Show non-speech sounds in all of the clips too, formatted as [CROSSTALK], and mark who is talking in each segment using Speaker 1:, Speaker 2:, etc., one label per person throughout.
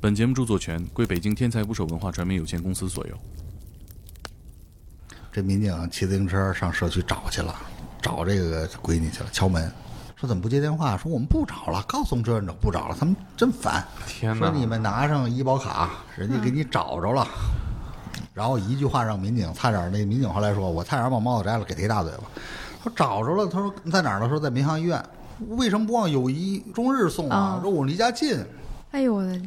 Speaker 1: 本节目著作权归北京天才捕手文化传媒有限公司所有。
Speaker 2: 这民警骑自行车上社区找去了，找这个闺女去了，敲门，说怎么不接电话？说我们不找了，告诉我们志愿者不找了，他们真烦。
Speaker 3: 天
Speaker 2: 说
Speaker 3: 哪！嗯
Speaker 2: 你们拿上医保卡，人家给你找着了。然后一句话让民警差点儿，那民警后来说，我差点儿把帽子摘了，给他一大嘴巴。他说找着了，他说在哪儿呢？说在民航医院。为什么不往友谊中日送啊？
Speaker 4: 哦
Speaker 2: 说我离家近。
Speaker 4: 哎呦我的，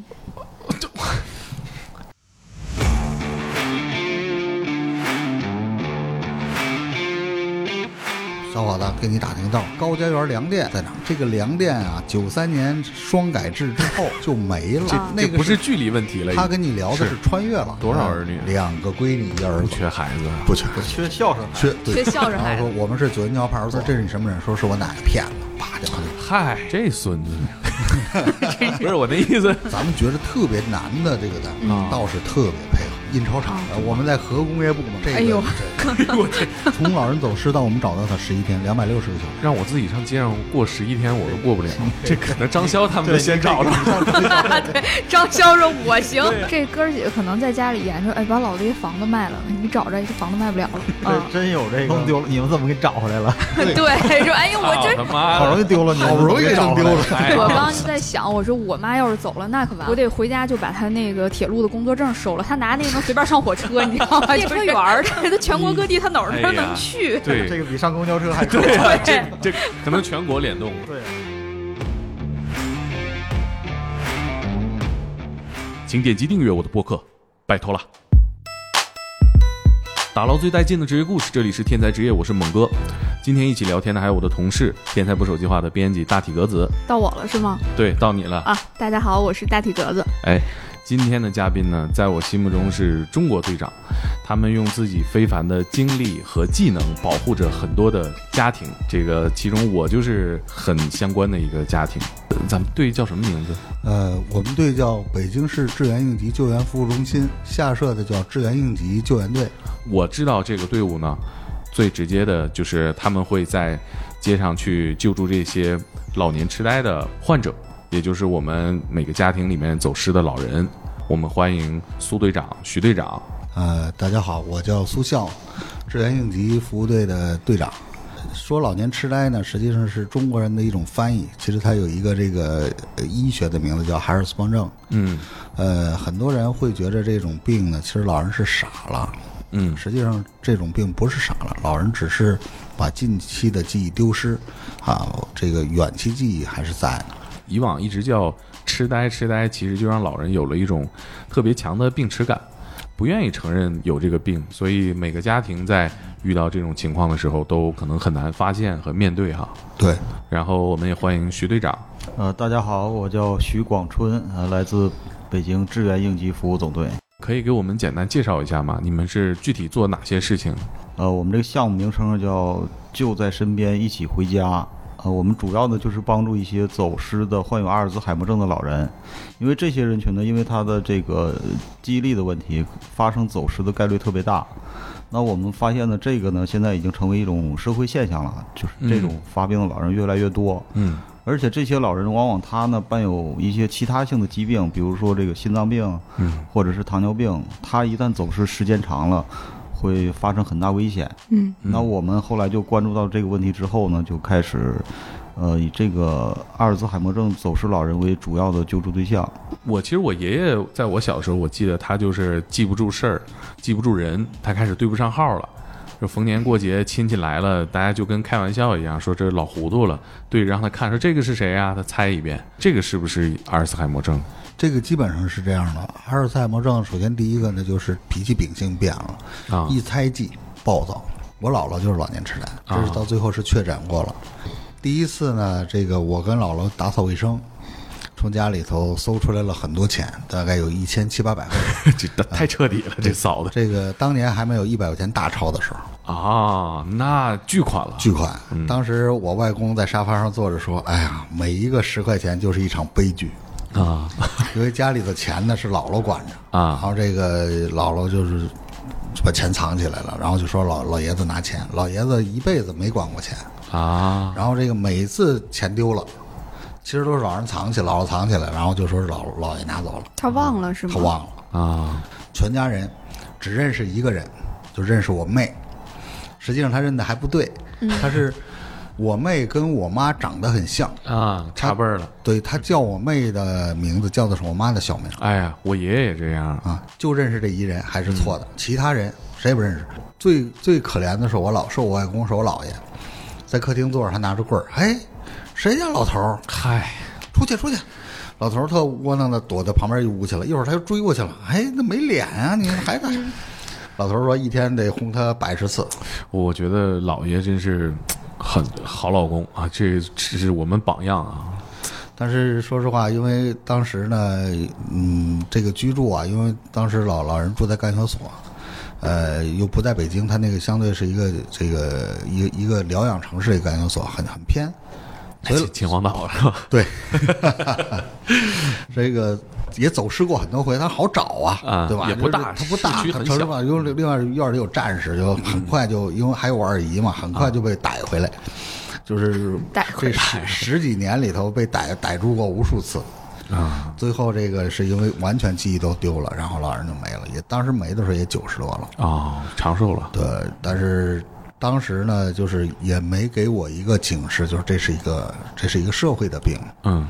Speaker 2: 小伙子，给你打听到高家园粮店在哪儿？这个粮店啊，九三年双改制之后就没了。那
Speaker 3: 这
Speaker 2: 个
Speaker 3: 不是距离问题了，
Speaker 2: 他跟你聊的是
Speaker 3: 是
Speaker 2: 穿越了，
Speaker 1: 多少儿女
Speaker 2: 两个闺女，一儿
Speaker 3: 不
Speaker 2: 子，
Speaker 3: 缺孩子，啊
Speaker 2: 不缺
Speaker 5: 缺孝顺孩子
Speaker 2: 缺对
Speaker 4: 学。校是
Speaker 2: 然
Speaker 4: 孩
Speaker 2: 后
Speaker 4: 子
Speaker 2: 说我们是九云桥派出所，这是你什么人？说是我奶奶骗了，啪就完了。
Speaker 3: 嗨，
Speaker 1: 这
Speaker 2: [LAUGHS]
Speaker 1: 孙子，
Speaker 3: 不是我那意思，
Speaker 2: 咱们觉得特别难的这个单位
Speaker 3: 嗯
Speaker 6: 啊
Speaker 2: 倒是特别配合。印钞厂的，我们在核工业部嘛，这个
Speaker 4: 哎呦
Speaker 6: [LAUGHS]
Speaker 2: 这从老人走失到我们找到他十一天，两百六十个小时。
Speaker 3: 让我自己上街上过十一天我都
Speaker 2: [LAUGHS]
Speaker 3: 过不了，这可能张潇他们都先找了。
Speaker 4: [LAUGHS] 张潇说：“我行。”这哥儿几个可能在家里研究，哎，把老子一房子卖了，你找着这房子卖不了了啊
Speaker 5: 这。真有这
Speaker 6: 弄
Speaker 5: 个，
Speaker 6: 丢了，你们怎么给找回来了？
Speaker 4: [LAUGHS] 对，说：“哎
Speaker 3: [LAUGHS]
Speaker 4: 呦，我
Speaker 3: 操
Speaker 2: 啊
Speaker 4: [LAUGHS] 这
Speaker 3: 他妈
Speaker 6: 好容易
Speaker 3: 的！
Speaker 6: 丢了，你们
Speaker 2: 好不容易
Speaker 6: 给找
Speaker 2: 弄
Speaker 6: 回
Speaker 2: 丢
Speaker 6: 来
Speaker 2: 了，
Speaker 3: 哎
Speaker 4: 我刚刚就在想，我说我妈要是走了，那可完了，我得回家就把她那个铁路的工作证收了。她拿那能随便上火 [LAUGHS] 车，你知道吗？列车员儿，这她全国各地她哪儿
Speaker 3: 哎
Speaker 4: 都
Speaker 3: 呀
Speaker 4: 能去。
Speaker 3: 对
Speaker 6: 这个比上公交车 [LAUGHS] 还多。
Speaker 3: 对啊，这这可能全国联动。
Speaker 6: 对啊，
Speaker 1: 请点击订阅我的播客，拜托了。打捞最带劲的职业故事，这里是天才职业，我是猛哥。今天一起聊天的还有我的同事，天才捕手计划的编辑大体格子。
Speaker 4: 到我了是吗？
Speaker 1: 对，到你了。
Speaker 4: 啊，大家好，我是大体格子。
Speaker 1: 哎，今天的嘉宾呢，在我心目中是中国队长，他们用自己非凡的经历和技能保护着很多的家庭。这个其中我就是很相关的一个家庭。呃咱们队叫什么名字？
Speaker 2: 呃，我们队叫北京市志愿应急救援服务中心，下设的叫志愿应急救援队。
Speaker 1: 我知道这个队伍呢，最直接的就是他们会在街上去救助这些老年痴呆的患者，也就是我们每个家庭里面走失的老人。我们欢迎苏队长、徐队长。
Speaker 2: 呃，大家好，我叫苏笑，志愿应急服务队的队长。说老年痴呆呢，实际上是中国人的一种翻译，其实它有一个这个呃医学的名字叫海尔斯邦症。
Speaker 1: 嗯
Speaker 2: 呃，很多人会觉得这种病呢，其实老人是傻了。
Speaker 1: 嗯
Speaker 2: 实际上这种病不是傻了，老人只是把近期的记忆丢失，啊，这个远期记忆还是在的。
Speaker 1: 以往一直叫痴呆，痴呆其实就让老人有了一种特别强的病耻感，不愿意承认有这个病，所以每个家庭在遇到这种情况的时候，都可能很难发现和面对哈。
Speaker 2: 对，
Speaker 1: 然后我们也欢迎徐队长，
Speaker 6: 呃，大家好，我叫徐广春，呃，来自北京志愿应急服务总队。
Speaker 1: 可以给我们简单介绍一下吗？你们是具体做哪些事情？
Speaker 6: 呃，我们这个项目名称叫“就在身边，一起回家”。呃，我们主要呢就是帮助一些走失的、患有阿尔兹海默症的老人，因为这些人群呢，因为他的这个呃记忆力的问题，发生走失的概率特别大。那我们发现呢，这个呢现在已经成为一种社会现象了，就是这种
Speaker 1: 嗯
Speaker 6: 发病的老人越来越多。
Speaker 1: 嗯
Speaker 6: 而且这些老人往往他呢伴有一些其他性的疾病，比如说这个心脏病，
Speaker 1: 嗯，
Speaker 6: 或者是糖尿病，他一旦走失时间长了，会发生很大危险。
Speaker 4: 嗯
Speaker 6: 那我们后来就关注到这个问题之后呢，就开始，呃，以这个阿尔兹海默症走失老人为主要的救助对象。
Speaker 1: 我其实我爷爷在我小时候，我记得他就是记不住事儿，记不住人，他开始对不上号了。就逢年过节亲戚来了，大家就跟开玩笑一样，说这老糊涂了。对，让他看说这个是谁啊？他猜一遍，这个是不是阿尔茨海默症？
Speaker 2: 这个基本上是这样的。阿尔茨海默症，首先第一个呢就是脾气秉性变了，
Speaker 1: 啊
Speaker 2: 一猜忌暴躁。我姥姥就是老年痴呆，这是到最后是确诊过了。第一次呢，这个我跟姥姥打扫卫生，从家里头搜出来了很多钱，大概有一千七八百块钱。
Speaker 1: 这太彻底了，这嫂子
Speaker 2: 这个当年还没有一百块钱大钞的时候，
Speaker 1: 啊，那巨款了。
Speaker 2: 巨款。当时我外公在沙发上坐着说：“哎呀，每一个十块钱就是一场悲剧。”
Speaker 1: 啊，
Speaker 2: 因为家里的钱呢是姥姥管着
Speaker 1: 啊
Speaker 2: 然后这个姥姥就是把钱藏起来了，然后就说老老爷子拿钱，老爷子一辈子没管过钱，
Speaker 1: 啊，
Speaker 2: 然后这个每一次钱丢了，其实都是老人藏起，姥姥藏起来，然后就说是姥姥爷拿走了，
Speaker 4: 他忘了是吗？
Speaker 2: 他忘了。
Speaker 1: 啊，
Speaker 2: 全家人只认识一个人，就认识我妹。实际上他认的还不对，他是我妹跟我妈长得很像，
Speaker 1: 啊，差辈儿了。
Speaker 2: 对他叫我妹的名字叫的是我妈的小名
Speaker 1: 哎呀，我爷爷也这样
Speaker 2: 啊，就认识这一人还是错的，其他人谁也不认识。最最可怜的是我老，是我外公，是我姥爷，在客厅坐着，他拿着棍儿，哎，谁家老头儿？
Speaker 1: 嗨，
Speaker 2: 出去出去！老头儿特窝囊的躲在旁边一屋去了，一会儿他又追过去了。哎，那没脸啊，你还在？老头儿说一天得轰他百十次，
Speaker 1: 我觉得姥爷真是很好老公啊，这这是我们榜样啊。
Speaker 2: 但是说实话，因为当时呢，嗯，这个居住啊，因为当时老老人住在干休所，呃，又不在北京，他那个相对是一个这个一个一个疗养城市的一个干休所，很很偏，所以
Speaker 1: 秦秦皇岛是吧？
Speaker 2: 对， [LAUGHS] 这个也走失过很多回，它好找啊，
Speaker 1: 啊
Speaker 2: 对吧？
Speaker 1: 也不大
Speaker 2: 它不大，
Speaker 1: 市区
Speaker 2: 它
Speaker 1: 很
Speaker 2: 它
Speaker 1: 小嗯
Speaker 2: 吧？因为另外院里有战士，就很快就因为还有我二姨嘛，很
Speaker 1: 啊
Speaker 2: 快就被逮回来，就是
Speaker 4: 逮
Speaker 2: 这
Speaker 4: 回
Speaker 2: 十十几年里头被逮逮住过无数次。啊，最后这个是因为完全记忆都丢了，然后老人就没了。也当时没的时候也九十多了，
Speaker 1: 哦，长寿了。
Speaker 2: 对，但是当时呢，就是也没给我一个警示，就是这是一个这是一个社会的病，
Speaker 1: 嗯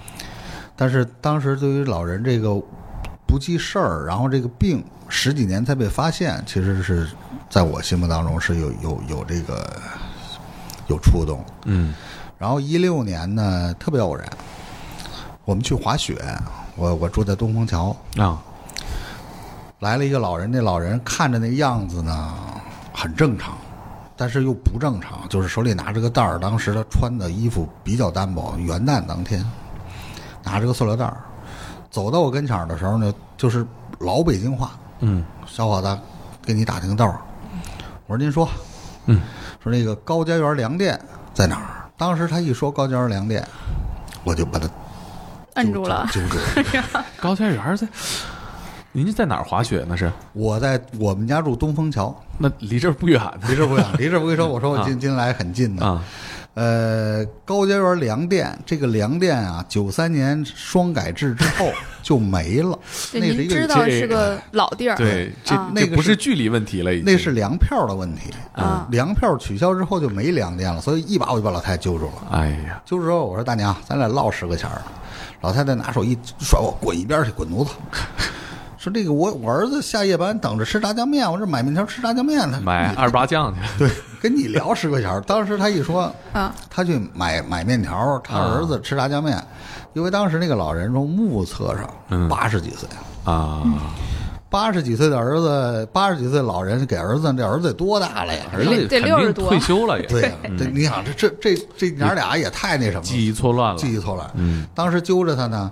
Speaker 2: 但是当时对于老人这个不记事儿，然后这个病十几年才被发现，其实是在我心目当中是有有有这个有触动。
Speaker 1: 嗯
Speaker 2: 然后一六年呢，特别偶然，我们去滑雪，我我住在东风桥，
Speaker 1: 啊
Speaker 2: 来了一个老人，那老人看着那个样子呢，很正常，但是又不正常，就是手里拿着个袋儿。当时他穿的衣服比较单薄，元旦当天拿着个塑料袋儿，走到我跟前儿的时候呢，就是老北京话
Speaker 1: 嗯：“
Speaker 2: 小伙子，给你打听道儿。”我说：“您说。”
Speaker 1: 嗯，
Speaker 2: 说那个高家园粮店在哪儿？当时他一说高家园粮店，我就把他
Speaker 4: 摁住了。
Speaker 2: 揪住了。 [LAUGHS]
Speaker 1: 高家园儿在，您是在哪儿滑雪呢？是
Speaker 2: 我在我们家住东风桥，
Speaker 1: 那离这儿不远
Speaker 2: 离这儿不远， [LAUGHS] 啊离这儿不会说，我说我近近来很近的。
Speaker 1: 啊
Speaker 2: 呃，高家园粮店这个粮店啊，九三年双改制之 [LAUGHS] 后就没了，
Speaker 4: 对，
Speaker 2: 那是
Speaker 4: 您
Speaker 2: 一哎
Speaker 4: 知
Speaker 2: 个
Speaker 4: 道
Speaker 1: 这
Speaker 4: 是个老地儿，
Speaker 1: 对，这
Speaker 4: 啊
Speaker 1: 这
Speaker 2: 那个
Speaker 1: 不是
Speaker 2: 是
Speaker 1: 距离问题了，已经
Speaker 2: 那是粮票的问题
Speaker 4: 啊
Speaker 2: 粮票取消之后就没粮店了，所以一把我就把老太太揪住了。
Speaker 1: 哎呀，
Speaker 2: 揪住之后，我说大娘，咱俩唠十个钱儿。老太太拿手一甩我，滚一边儿去，滚犊子！ [LAUGHS] 说这个我我儿子下夜班等着吃炸酱面，我这买面条吃炸酱面呢，
Speaker 1: 买啊二八酱去。 [LAUGHS]
Speaker 2: 对，跟你聊十块钱儿。当时他一说，
Speaker 4: 啊，
Speaker 2: 他去买买面条儿，他儿
Speaker 1: 嗯
Speaker 2: 子吃炸酱面，因为当时那个老人从目测
Speaker 1: 嗯
Speaker 2: 上八十几岁，
Speaker 1: 啊，
Speaker 2: 八十几岁的儿子，八十几岁老人给儿子，这儿子得多大了呀？
Speaker 1: 儿子
Speaker 4: 得
Speaker 1: 肯
Speaker 4: 六十
Speaker 1: 定
Speaker 4: 多
Speaker 1: 退休了也，
Speaker 2: 对呀、这你想这这这这娘俩也太那什么了，
Speaker 1: 嗯记忆错乱了。
Speaker 2: 记忆错乱。嗯，当时揪着他呢，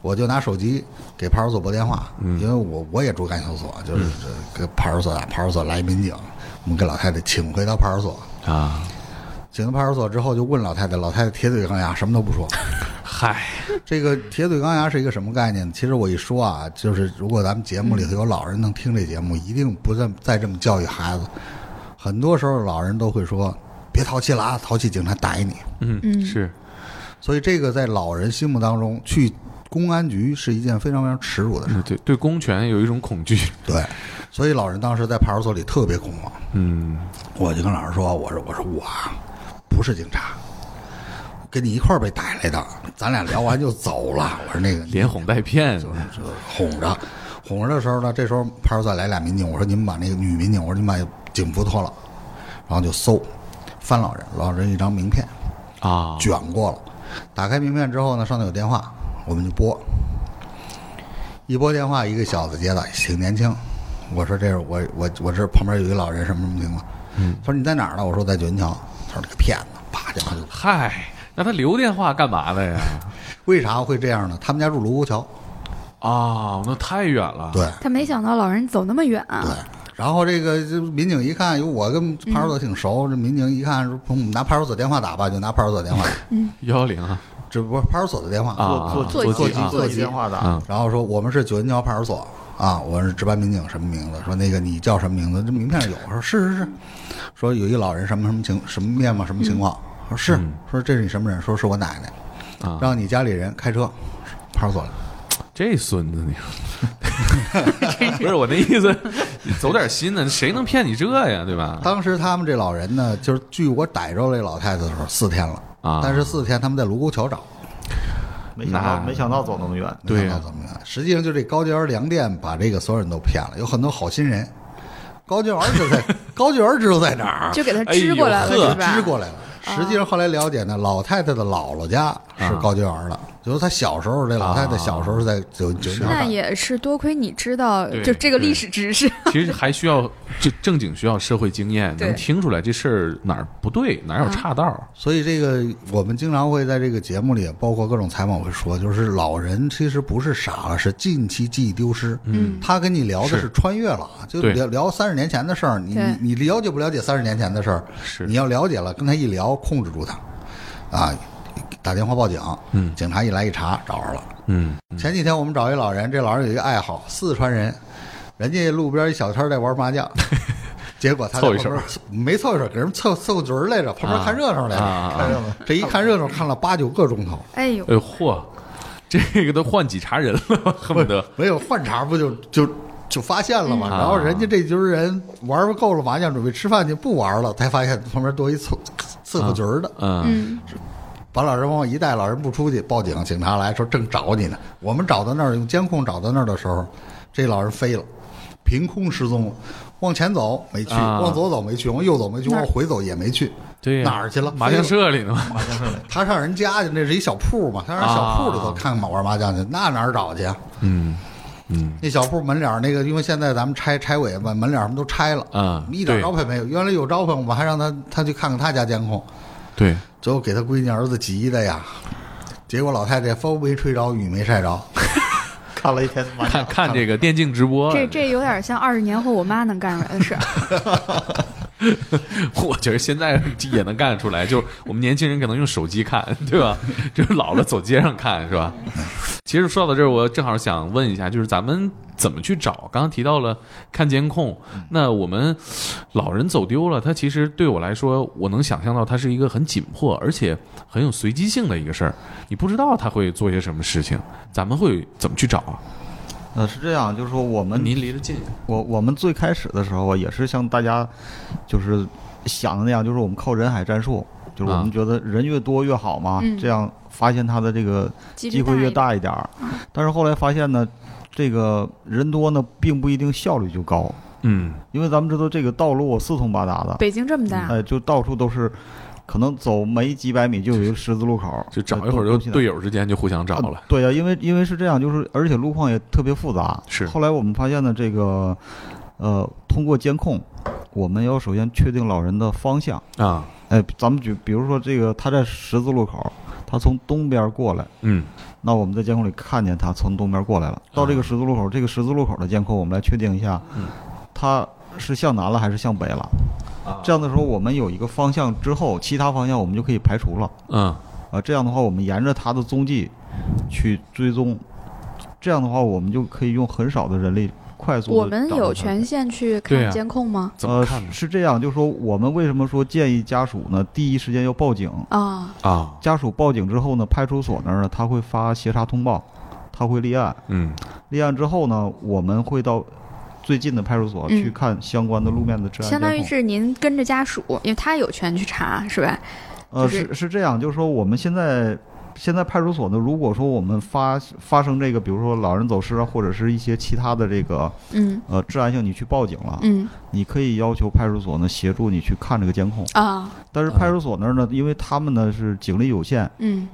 Speaker 2: 我就拿手机给派出所拨电话，因为我我也住干休所，就是这给派出所打，派出所来一民警，我们给老太太请回到派出所。
Speaker 1: 啊，
Speaker 2: 请到派出所之后，就问老太太，老太太铁嘴钢牙，什么都不说。
Speaker 1: 嗨，
Speaker 2: 这个铁嘴钢牙是一个什么概念？其实我一说啊，就是如果咱们节目里头有老人能听这节目，一定不这么再这么教育孩子。很多时候老人都会说：“别淘气了啊，淘气警察逮你。
Speaker 1: 嗯，是”
Speaker 2: 所以这个在老人心目当中，去公安局是一件非常非常耻辱的事。
Speaker 1: 嗯对对，公权有一种恐惧。
Speaker 2: 对，所以老人当时在派出所里特别恐慌。
Speaker 1: 嗯，
Speaker 2: 我就跟老师说：“我说我说我啊不是警察，跟你一块儿被逮来的，咱俩聊完就走了。”我说那个
Speaker 1: 连哄带骗，
Speaker 2: 就哄着，哄着的时候呢，这时候派出所来俩民警，我说你们把那个女民警，我说你们把警服脱了，然后就搜，翻老人，老人一张名片
Speaker 1: 啊，
Speaker 2: 卷过了，打开名片之后呢，上头有电话，我们就拨，一拨电话，一个小子接的，挺年轻，我说这是我我我这旁边有一个老人什么什么情况，他说你在哪儿呢？我说我在九云桥，他说这个骗子，啪电话就，
Speaker 1: 嗨，那他留电话干嘛 [LAUGHS] 的呀？
Speaker 2: 为啥会这样呢？他们家住卢沟桥，
Speaker 1: 啊，那太远了。
Speaker 2: 对。
Speaker 4: 他没想到老人走那么远，啊
Speaker 2: 对，然后这个就民警一看，有我跟派出所挺熟，这民警一看说，我们拿派出所电话打吧，就拿派出所电话打，
Speaker 1: 幺幺零啊，
Speaker 2: 这不是派出所的电话
Speaker 1: 啊
Speaker 6: 坐
Speaker 4: 座
Speaker 6: 坐
Speaker 4: 机
Speaker 6: 机
Speaker 4: 啊
Speaker 6: 坐
Speaker 4: 座
Speaker 6: 机
Speaker 4: 机
Speaker 6: 电话打，
Speaker 1: 嗯
Speaker 2: 然后说我们是九云桥派出所啊，我是值班民警，什么名字？说那个你叫什么名字？这名片上有。我说是是是。说有一老人什么什么情什么面貌什么情况？说是。说这是你什么人？说是我奶奶。
Speaker 1: 嗯啊
Speaker 2: 让你家里人开车派出所来。
Speaker 1: 这孙子 [LAUGHS] 你，不是我那意思，走点心呢，谁能骗你这呀，对吧？
Speaker 2: 当时他们这老人呢，就是据我逮着这老太太的时候，四天了
Speaker 1: 啊
Speaker 2: 但是四天他们在卢沟桥找，
Speaker 6: 没想到
Speaker 1: 那
Speaker 6: 没想到走那么远，
Speaker 1: 对呀
Speaker 2: 呀、怎么样？实际上就这高家园粮店把这个所有人都骗了，有很多好心人。高家园儿就
Speaker 1: [LAUGHS]
Speaker 2: 在高家园儿知道在哪儿，
Speaker 4: 就给他支过来
Speaker 1: 哎呦
Speaker 4: 了，
Speaker 1: 呵
Speaker 4: 是吧？
Speaker 2: 支过来了。啊实际上后来了解呢，老太太的姥姥家是高家园儿的，就是她小时候，这老太太小时候是在九九零
Speaker 4: 那
Speaker 2: 年
Speaker 4: 也是多亏你知道，
Speaker 1: 对
Speaker 4: 就这个历史知识，
Speaker 1: 其实还需要这正经需要社会经验，
Speaker 4: 对
Speaker 1: 能听出来这事儿哪儿不对，哪儿有岔道儿。
Speaker 2: 所以这个我们经常会在这个节目里，包括各种采访会说，就是老人其实不是傻了，是近期记忆丢失。嗯，他跟你聊的是
Speaker 1: 是
Speaker 2: 穿越了，就
Speaker 1: 对
Speaker 2: 聊聊三十年前的事儿，你
Speaker 4: 对
Speaker 2: 你你了解不了解三十年前的事儿？
Speaker 1: 是
Speaker 2: 你要了解了，跟他一聊，控制住他，啊，打电话报警，
Speaker 1: 嗯
Speaker 2: 警察一来一查，找着了。
Speaker 1: 嗯，
Speaker 2: 前几天我们找一老人，这老人有一个爱好，四川人，人家路边一小摊儿在玩麻
Speaker 1: [LAUGHS]
Speaker 2: 将，结果他在
Speaker 1: 凑一
Speaker 2: 旁边没凑一手，给人凑凑个局儿来着，旁边看热闹来着，
Speaker 1: 啊啊啊
Speaker 2: 看热闹，这一看热闹看了八九个钟头，
Speaker 4: [LAUGHS] 哎呦，
Speaker 1: 哎呦嚯，这个都换几茬人了，恨不得
Speaker 2: 没有换茬不就就。就发现了嘛，
Speaker 1: 嗯
Speaker 2: 然后人家这局儿人玩够了麻将，准备吃饭去，不玩了，才发现旁边多一凑
Speaker 1: 啊
Speaker 2: 伺候局儿的，
Speaker 1: 嗯，
Speaker 4: 嗯，
Speaker 2: 把老人往外一带，老人不出去，报警，警察来说正找你呢。我们找到那儿，用监控找到那儿的时候，这老人飞了，凭空失踪了。往前走没去，
Speaker 1: 啊
Speaker 2: 往左走没去，往右走没去，
Speaker 4: 哪儿
Speaker 2: 往回走也没去。
Speaker 1: 对呀
Speaker 2: 哪儿去了？
Speaker 1: 麻将
Speaker 2: 飞了。
Speaker 1: 社里呢
Speaker 2: [LAUGHS]
Speaker 1: 嘛，
Speaker 2: 他上人家去，那是一小铺嘛，他上人小铺里头
Speaker 1: 啊
Speaker 2: 看看玩麻将去，那哪儿找去啊？
Speaker 1: 嗯嗯，
Speaker 2: 那小铺门脸儿那个，因为现在咱们拆拆尾把门脸儿什么都拆了，
Speaker 1: 啊
Speaker 2: 一点
Speaker 1: 对
Speaker 2: 招牌没有。原来有招牌，我们还让他他去看看他家监控。
Speaker 1: 对，
Speaker 2: 最后给他闺女儿子急的呀，结果老太太风没吹着，雨没晒着，
Speaker 6: 看了一天麻
Speaker 1: 看看这个电竞直播，
Speaker 4: 嗯这这有点像二十年后我妈能干出来的事儿。
Speaker 1: [LAUGHS] 我觉得现在也能干得出来，就是我们年轻人可能用手机看，对吧？就是老了走街上看，是吧？其实说到这儿，我正好想问一下，就是咱们怎么去找？刚刚提到了看监控，那我们老人走丢了，他其实对我来说，我能想象到他是一个很紧迫，而且很有随机性的一个事儿，你不知道他会做些什么事情，咱们会怎么去找啊？
Speaker 6: 呃，是这样，就是说我们
Speaker 1: 您离得近，
Speaker 6: 我我们最开始的时候啊，也是像大家就是想的那样，就是我们靠人海战术，就是我
Speaker 1: 啊
Speaker 6: 们觉得人越多越好嘛，
Speaker 4: 嗯
Speaker 6: 这样发现他的这个机会越大一点儿。但是后来发现呢，这个人多呢，并不一定效率就高，
Speaker 1: 嗯，
Speaker 6: 因为咱们知道这个道路四通八达的，
Speaker 4: 北京这么大，
Speaker 6: 哎，就到处都是，可能走没几百米就有一个十字路口，
Speaker 1: 就找
Speaker 6: 呃
Speaker 1: 一会儿
Speaker 6: 东
Speaker 1: 就
Speaker 6: 西南
Speaker 1: 队友之间就互相找
Speaker 6: 啊
Speaker 1: 了，
Speaker 6: 对呀、因为因为是这样，就是而且路况也特别复杂。
Speaker 1: 是
Speaker 6: 后来我们发现呢，这个呃，通过监控，我们要首先确定老人的方向。
Speaker 1: 啊，
Speaker 6: 哎，咱们举，比如说这个他在十字路口，他从东边过来，
Speaker 1: 嗯
Speaker 6: 那我们在监控里看见他从东边过来了。到
Speaker 1: 啊
Speaker 6: 这个十字路口，这个十字路口的监控，我们来确定一下，
Speaker 1: 嗯
Speaker 6: 他是向南了还是向北了。
Speaker 1: 啊
Speaker 6: 这样的时候，我们有一个方向之后，其他方向我们就可以排除了。
Speaker 1: 嗯。
Speaker 6: 啊，这样的话，我们沿着它的踪迹去追踪，这样的话，我们就可以用很少的人力快速地
Speaker 4: 我们
Speaker 6: 找到
Speaker 4: 有
Speaker 6: 它
Speaker 4: 权限去
Speaker 1: 对
Speaker 4: 看
Speaker 1: 啊
Speaker 4: 监控吗？
Speaker 1: 怎么
Speaker 6: 呃
Speaker 1: 看呢
Speaker 6: 是？是这样，就是说我们为什么说建议家属呢？第一时间要报警，
Speaker 4: 啊，
Speaker 1: 啊，
Speaker 6: 家属报警之后呢，派出所那儿呢他会发协查通报，他会立案，
Speaker 1: 嗯，
Speaker 6: 立案之后呢，我们会到最近的派出所去
Speaker 4: 嗯
Speaker 6: 看相关的路面的治安
Speaker 4: 相当
Speaker 6: 啊监
Speaker 4: 于
Speaker 6: 控
Speaker 4: 是您跟着家属，因为他有权去查，是吧？
Speaker 6: 呃，
Speaker 4: 就是
Speaker 6: 是是这样，就是说我们现在现在派出所呢，如果说我们发发生这个，比如说老人走失啊，或者是一些其他的这个
Speaker 4: 嗯
Speaker 6: 呃治安性，你去报警了，
Speaker 4: 嗯
Speaker 6: 你可以要求派出所呢协助你去看这个监控。
Speaker 4: 啊
Speaker 6: 但是派出所那儿呢，因为他们呢是警力有限，
Speaker 4: 嗯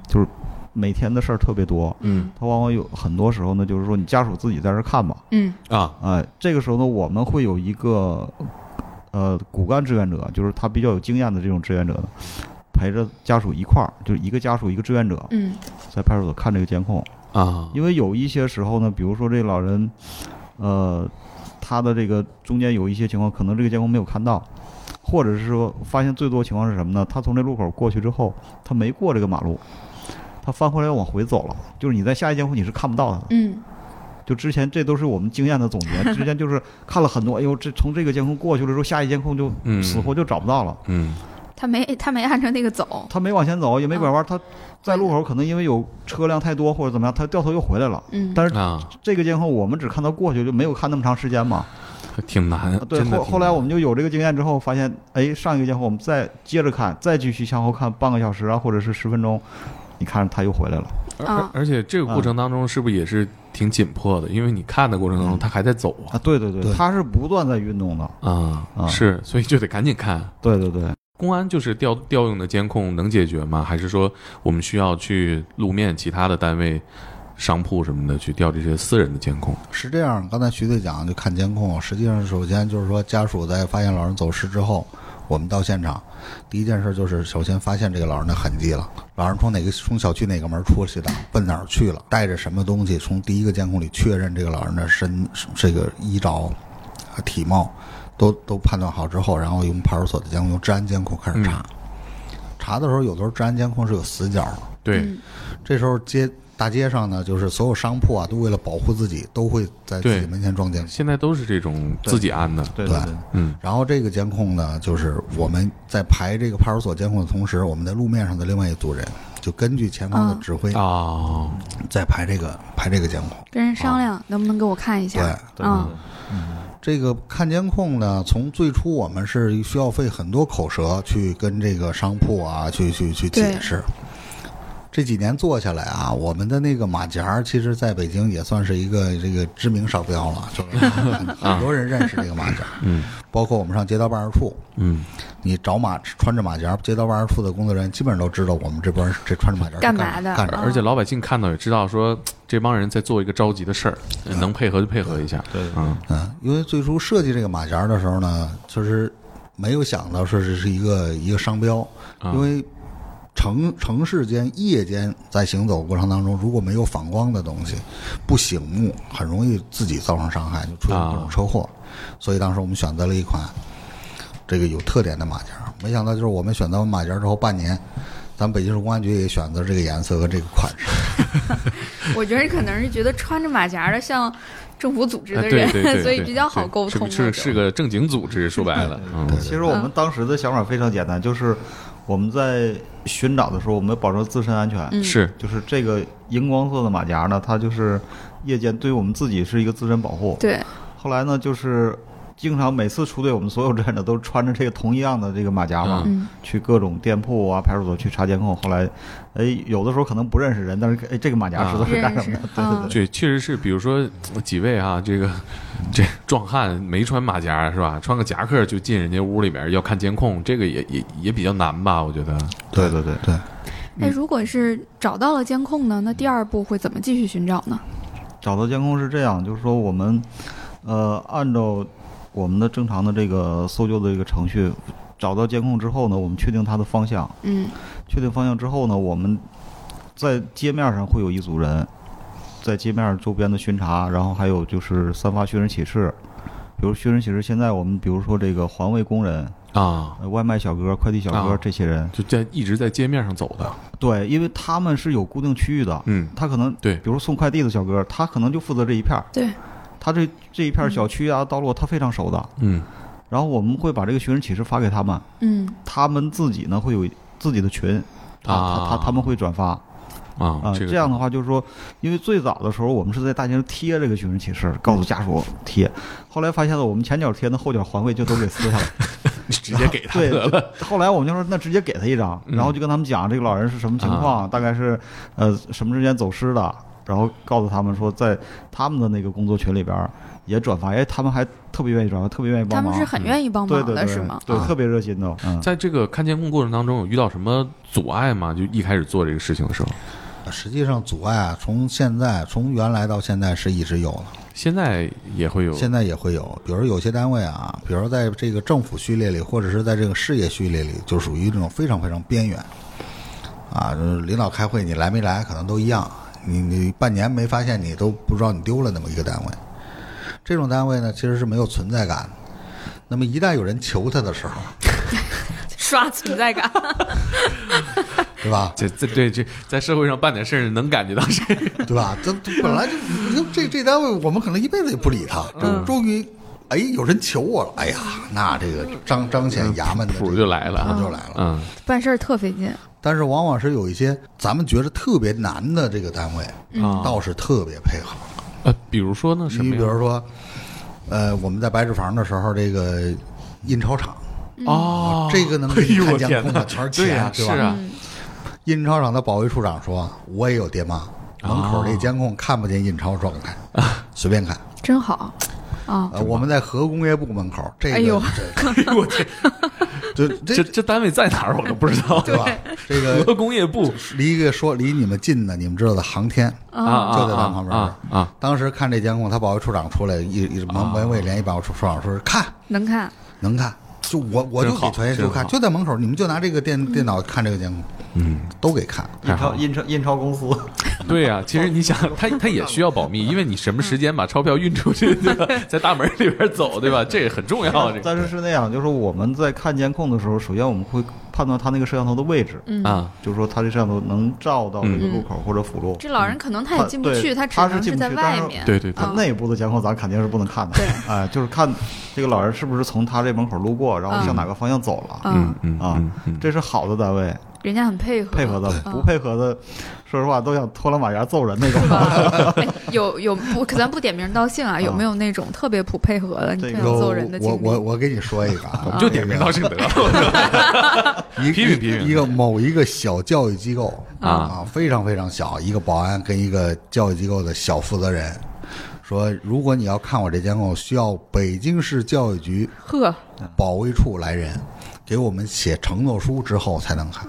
Speaker 6: 每天的事儿特别多，
Speaker 1: 嗯
Speaker 6: 他往往有很多时候呢，就是说你家属自己在这儿看吧，
Speaker 4: 嗯
Speaker 1: 啊，
Speaker 6: 哎，这个时候呢，我们会有一个呃骨干志愿者，就是他比较有经验的这种志愿者呢，陪着家属一块儿，就是一个家属一个志愿者
Speaker 4: 嗯
Speaker 6: 在派出所看这个监控。
Speaker 1: 啊，
Speaker 6: 因为有一些时候呢，比如说这老人，呃，他的这个中间有一些情况，可能这个监控没有看到，或者是说发现最多情况是什么呢？他从这路口过去之后，他没过这个马路。他翻回来往回走了，就是你在下一监控你是看不到他的，
Speaker 4: 嗯，
Speaker 6: 就之前这都是我们经验的总结，之前就是看了很多，哎呦，这从这个监控过去了之后，下一监控就
Speaker 1: 嗯
Speaker 6: 死活就找不到了。
Speaker 1: 嗯
Speaker 4: 他没他没按着那个走，
Speaker 6: 他没往前走，也没拐弯，他在路口可能因为有车辆太多或者怎么样，他掉头又回来了。
Speaker 4: 嗯，
Speaker 6: 但是
Speaker 1: 啊，
Speaker 6: 这个监控我们只看到过去，就没有看那么长时间嘛。
Speaker 1: 挺难。
Speaker 6: 啊对，
Speaker 1: 真的
Speaker 6: 后
Speaker 1: 挺
Speaker 6: 后来
Speaker 1: 难
Speaker 6: 我们就有这个经验之后，发现，哎，上一个监控我们再接着看，再继续向后看半个小时啊，或者是十分钟，你看他又回来了。
Speaker 1: 而
Speaker 4: 啊
Speaker 1: 而且这个
Speaker 6: 嗯
Speaker 1: 过程当中是不是也是挺紧迫的？因为你看的过程当中，他还在走啊
Speaker 6: 啊，对对对，
Speaker 2: 对
Speaker 6: 他是不断在运动的。
Speaker 1: 啊，
Speaker 6: 啊
Speaker 1: 是，所以就得赶紧看。
Speaker 6: 对对对，
Speaker 1: 公安就是调调用的监控能解决吗？还是说我们需要去路面其他的单位、商铺什么的去调这些私人的监控？
Speaker 2: 是这样，刚才徐队讲就看监控，实际上首先就是说家属在发现老人走失之后，我们到现场，第一件事就是首先发现这个老人的痕迹了，老人从哪个从小区哪个门出去的，奔哪儿去了，带着什么东西，从第一个监控里确认这个老人的身这个衣着、体貌，都都判断好之后，然后用派出所的监控、用治安监控开始查。查的时候，有的时候治安监控是有死角的，
Speaker 1: 对，
Speaker 4: 嗯
Speaker 2: 这时候街大街上呢，就是所有商铺啊，都为了保护自己，都会在自己
Speaker 1: 对
Speaker 2: 门前装监控。
Speaker 1: 现在都是这种
Speaker 6: 对
Speaker 1: 自己安的，
Speaker 6: 对对
Speaker 2: 对
Speaker 6: 对，
Speaker 1: 嗯
Speaker 2: 然后这个监控呢，就是我们在排这个派出所监控的同时，我们在路面上的另外一组人，就根据前方的指挥，
Speaker 1: 哦，
Speaker 2: 在排这个排这个监控。
Speaker 4: 跟人商量能不能给我看一下，
Speaker 2: 对
Speaker 6: 对
Speaker 4: 啊
Speaker 6: 对
Speaker 2: 这个看监控呢，从最初我们是需要费很多口舌去跟这个商铺啊，去去去解释。这几年做下来啊，我们的那个马甲儿，其实在北京也算是一个这个知名商标了，就是很多人认识这个马甲。
Speaker 1: 嗯，
Speaker 2: 包括我们上街道办事处，
Speaker 1: 嗯，
Speaker 2: 你找马穿着马甲儿，街道办事处的工作人员基本上都知道我们这边儿这穿着马甲儿是
Speaker 4: 干
Speaker 2: 嘛
Speaker 4: 嘛的
Speaker 2: 干
Speaker 1: 而
Speaker 2: 嘛
Speaker 4: 啊
Speaker 1: 而且老百姓看到也知道说嘖这帮人在做一个着急的事儿，呃能配合就配合一下，
Speaker 6: 对对
Speaker 1: 嗯，
Speaker 2: 嗯，因为最初设计这个马甲的时候呢，就是没有想到说这是一个一个商标，
Speaker 1: 啊
Speaker 2: 因为城城市间夜间在行走过程当中，如果没有反光的东西，不醒目，很容易自己造成伤害，就出现
Speaker 6: 啊
Speaker 2: 各种车祸。所以当时我们选择了一款这个有特点的马甲，没想到就是我们选择完马甲之后半年。咱们北京市公安局也选择这个颜色和这个款式，
Speaker 6: [LAUGHS]
Speaker 4: 我觉得可能是觉得穿着马甲的像政府组织
Speaker 1: 啊
Speaker 4: 的
Speaker 1: 对
Speaker 4: 人，
Speaker 1: 对对，
Speaker 4: [LAUGHS] 所以
Speaker 1: 对
Speaker 4: 比较好
Speaker 1: 对
Speaker 4: 沟通。
Speaker 1: 是
Speaker 4: 我
Speaker 1: 是
Speaker 4: 觉
Speaker 1: 是
Speaker 4: 得
Speaker 1: 个正经组织，说白了，嗯，
Speaker 6: 其实我们当时的想法非常简单，就是我们在寻找的时候，我们保证自身安全。
Speaker 4: 嗯
Speaker 1: 是
Speaker 6: 就是这个荧光色的马甲呢，它就是夜间对我们自己是一个自身保护。
Speaker 4: 对，
Speaker 6: 后来呢，就是经常每次出队，我们所有志愿者都穿着这个同一样的这个马甲嘛，
Speaker 4: 嗯
Speaker 6: 去各种店铺啊、派出所去查监控。后来，哎，有的时候可能不认识人，但是哎，这个马甲知道是干什么
Speaker 4: 认
Speaker 6: 的。
Speaker 4: 识嗯
Speaker 6: 对对对，
Speaker 1: 对，确实是，比如说呃几位啊，这个这壮汉没穿马甲是吧？穿个夹克就进人家屋里边要看监控，这个也也也比较难吧？我觉得
Speaker 6: 对对对。
Speaker 2: 对，
Speaker 6: 嗯
Speaker 4: 那哎如果是找到了监控呢？那第二步会怎么继续寻找呢？
Speaker 6: 找到监控是这样，就是说我们，呃，按照我们的正常的这个搜救的这个程序，找到监控之后呢，我们确定它的方向，
Speaker 4: 嗯
Speaker 6: 确定方向之后呢，我们在街面上会有一组人，在街面周边的巡查，然后还有就是散发寻人启事。比如寻人启事，现在我们比如说这个环卫工人、
Speaker 1: 啊，
Speaker 6: 呃外卖小哥、快递小哥
Speaker 1: 啊
Speaker 6: 这些人，
Speaker 1: 就在一直在街面上走的，
Speaker 6: 对，因为他们是有固定区域的，
Speaker 1: 嗯，
Speaker 6: 他可能
Speaker 1: 对
Speaker 6: 比如说送快递的小哥，他可能就负责这一片儿，
Speaker 4: 对，
Speaker 6: 他这这一片小区啊、道路他非常熟的。
Speaker 1: 嗯
Speaker 6: 然后我们会把这个寻人启事发给他们，
Speaker 4: 嗯
Speaker 6: 他们自己呢会有自己的群，他
Speaker 1: 啊
Speaker 6: 他他他们会转发啊、
Speaker 1: 啊，这个
Speaker 6: 这样的话就是说，因为最早的时候我们是在大街上贴这个寻人启事，告诉家属贴，后来发现了我们前脚贴呢，后脚环卫就都给撕下来。
Speaker 1: 直接给他
Speaker 6: [LAUGHS] 对
Speaker 1: 得了，，
Speaker 6: [LAUGHS] 后来我们就说那直接给他一张，然后就跟他们讲这个老人是什么情况，大概是呃什么时间走失的，然后告诉他们说在他们的那个工作群里边儿也转发，哎，他们还特别愿意转发，特别愿意
Speaker 4: 他
Speaker 6: 帮忙
Speaker 4: 们是，很愿意帮
Speaker 6: 对
Speaker 4: 忙
Speaker 6: 对
Speaker 4: 的，
Speaker 6: 对，
Speaker 4: 是吗？
Speaker 6: 对，
Speaker 4: 啊
Speaker 6: 特别热心的，嗯，
Speaker 1: 在这个看监控过程当中，有遇到什么阻碍吗？就一开始做这个事情的时候，
Speaker 2: 实际上阻碍啊，从现在从原来到现在是一直有的。
Speaker 1: 现在也会有
Speaker 2: 现在也会有，比如有些单位啊，比如在这个政府序列里，或者是在这个事业序列里，就属于这种非常非常边缘啊。就是领导开会，你来没来可能都一样，你你半年没发现你都不知道你丢了那么一个单位。这种单位呢，其实是没有存在感的。那么一旦有人求他的时候，
Speaker 4: 刷存在感，
Speaker 1: [LAUGHS]
Speaker 2: 对吧？
Speaker 1: 这这对这在社会上办点事儿能感觉到是
Speaker 2: [LAUGHS] 对吧？这这本来就你看这这单位，我们可能一辈子也不理他，终终于哎，有人求我了，哎呀，那这个彰彰显衙门的
Speaker 1: 谱就来了
Speaker 2: 谱
Speaker 1: 啊
Speaker 2: 就来了。
Speaker 1: 嗯，
Speaker 4: [LAUGHS] 办事儿特费劲，
Speaker 2: 但是往往是有一些咱们觉得特别难的这个单位，
Speaker 1: 啊
Speaker 2: 倒是特别配合。
Speaker 1: 呃，比如说呢，什
Speaker 2: 你
Speaker 1: 么
Speaker 2: 比
Speaker 1: 呀？
Speaker 2: 如说，呃，我们在白纸房的时候，这个印钞厂，
Speaker 1: 哦，
Speaker 2: 嗯这个能
Speaker 1: 哎
Speaker 2: 给你
Speaker 1: 呦
Speaker 2: 看
Speaker 1: 我
Speaker 2: 监
Speaker 1: 天
Speaker 2: 控
Speaker 1: 哪
Speaker 2: 的，全是
Speaker 1: 对
Speaker 2: 钱，
Speaker 1: 呀，
Speaker 2: 对
Speaker 1: 是
Speaker 2: 吧？
Speaker 1: 啊，
Speaker 2: 印钞厂的保卫处长说：“我也有爹妈，门口这监控看不见印钞状态，随便看。
Speaker 4: 真好啊！
Speaker 2: 呃”我们在核工业部门口，这个、
Speaker 4: 哎
Speaker 2: [LAUGHS]
Speaker 4: 呦
Speaker 1: 哎呦我天，
Speaker 2: 这这
Speaker 1: [LAUGHS] 这这单位在哪儿我都不知道。
Speaker 2: 对吧？这个
Speaker 1: 和工业部
Speaker 2: 离一个说离你们近的，你们知道的航天，
Speaker 1: 啊啊
Speaker 2: 就在咱旁边
Speaker 1: 啊啊！
Speaker 2: 当时看这监控，他保卫处长出来一一门文卫连一保卫处长说看
Speaker 4: 能看，
Speaker 2: 能看，就我我就
Speaker 1: 真好
Speaker 2: 给全就
Speaker 1: 真
Speaker 2: 看，
Speaker 1: 好
Speaker 2: 就在门口，你们就拿这个电电脑看这个监控，嗯，都给看。
Speaker 1: 太
Speaker 6: 印
Speaker 1: 好
Speaker 6: 钞
Speaker 1: 了
Speaker 6: 印钞印钞公司，
Speaker 1: 对呀、其实你想，他他也需要保密，因为你什么时间把钞票运出去，对吧？在大门里边走，对吧？这也很重要。哦这个
Speaker 6: 但啊是是那样，就是我们在看监控的时候，首先我们会判断他那个摄像头的位置，
Speaker 4: 嗯
Speaker 1: 啊，
Speaker 6: 就是说他这摄像头能照到这
Speaker 1: 嗯
Speaker 6: 个路口或者辅路。
Speaker 4: 这老人可能他也
Speaker 6: 他
Speaker 4: 进不
Speaker 6: 对
Speaker 4: 去，他只
Speaker 6: 他是
Speaker 4: 能
Speaker 6: 进不
Speaker 4: 在
Speaker 6: 去但
Speaker 4: 外
Speaker 6: 是
Speaker 4: 面。
Speaker 1: 对对对
Speaker 6: 他
Speaker 4: 啊
Speaker 6: 内部的监控咱肯定是不能看的， [LAUGHS] 哎，就是看这个老人是不是从他这门口路过，然后向哪个方向走了
Speaker 1: 嗯
Speaker 4: 嗯，
Speaker 1: 嗯
Speaker 6: 啊
Speaker 1: 嗯嗯，
Speaker 6: 这是好的单位，
Speaker 4: 人家很配合，
Speaker 6: 配合的，
Speaker 4: 嗯
Speaker 6: 不配合的，说实话都想脱了马牙揍人那种。 [LAUGHS]
Speaker 4: 哎有有不，可咱不点名道姓啊，有没有那种特别不配合的，你
Speaker 6: 这
Speaker 4: 特
Speaker 6: 个
Speaker 4: 想
Speaker 2: 有
Speaker 4: 揍人的经
Speaker 2: 我
Speaker 4: 历？
Speaker 2: 我我给你说一个啊，
Speaker 1: [LAUGHS] 我们就点名道姓得了。
Speaker 2: 一
Speaker 1: 啊批评批评
Speaker 2: 一个某一个小教育机构
Speaker 1: 啊
Speaker 2: 非常非常小，一个保安跟一个教育机构的小负责人说，如果你要看我这监控，需要北京市教育局
Speaker 4: 呵，
Speaker 2: 保卫处来人给我们写承诺书之后才能看。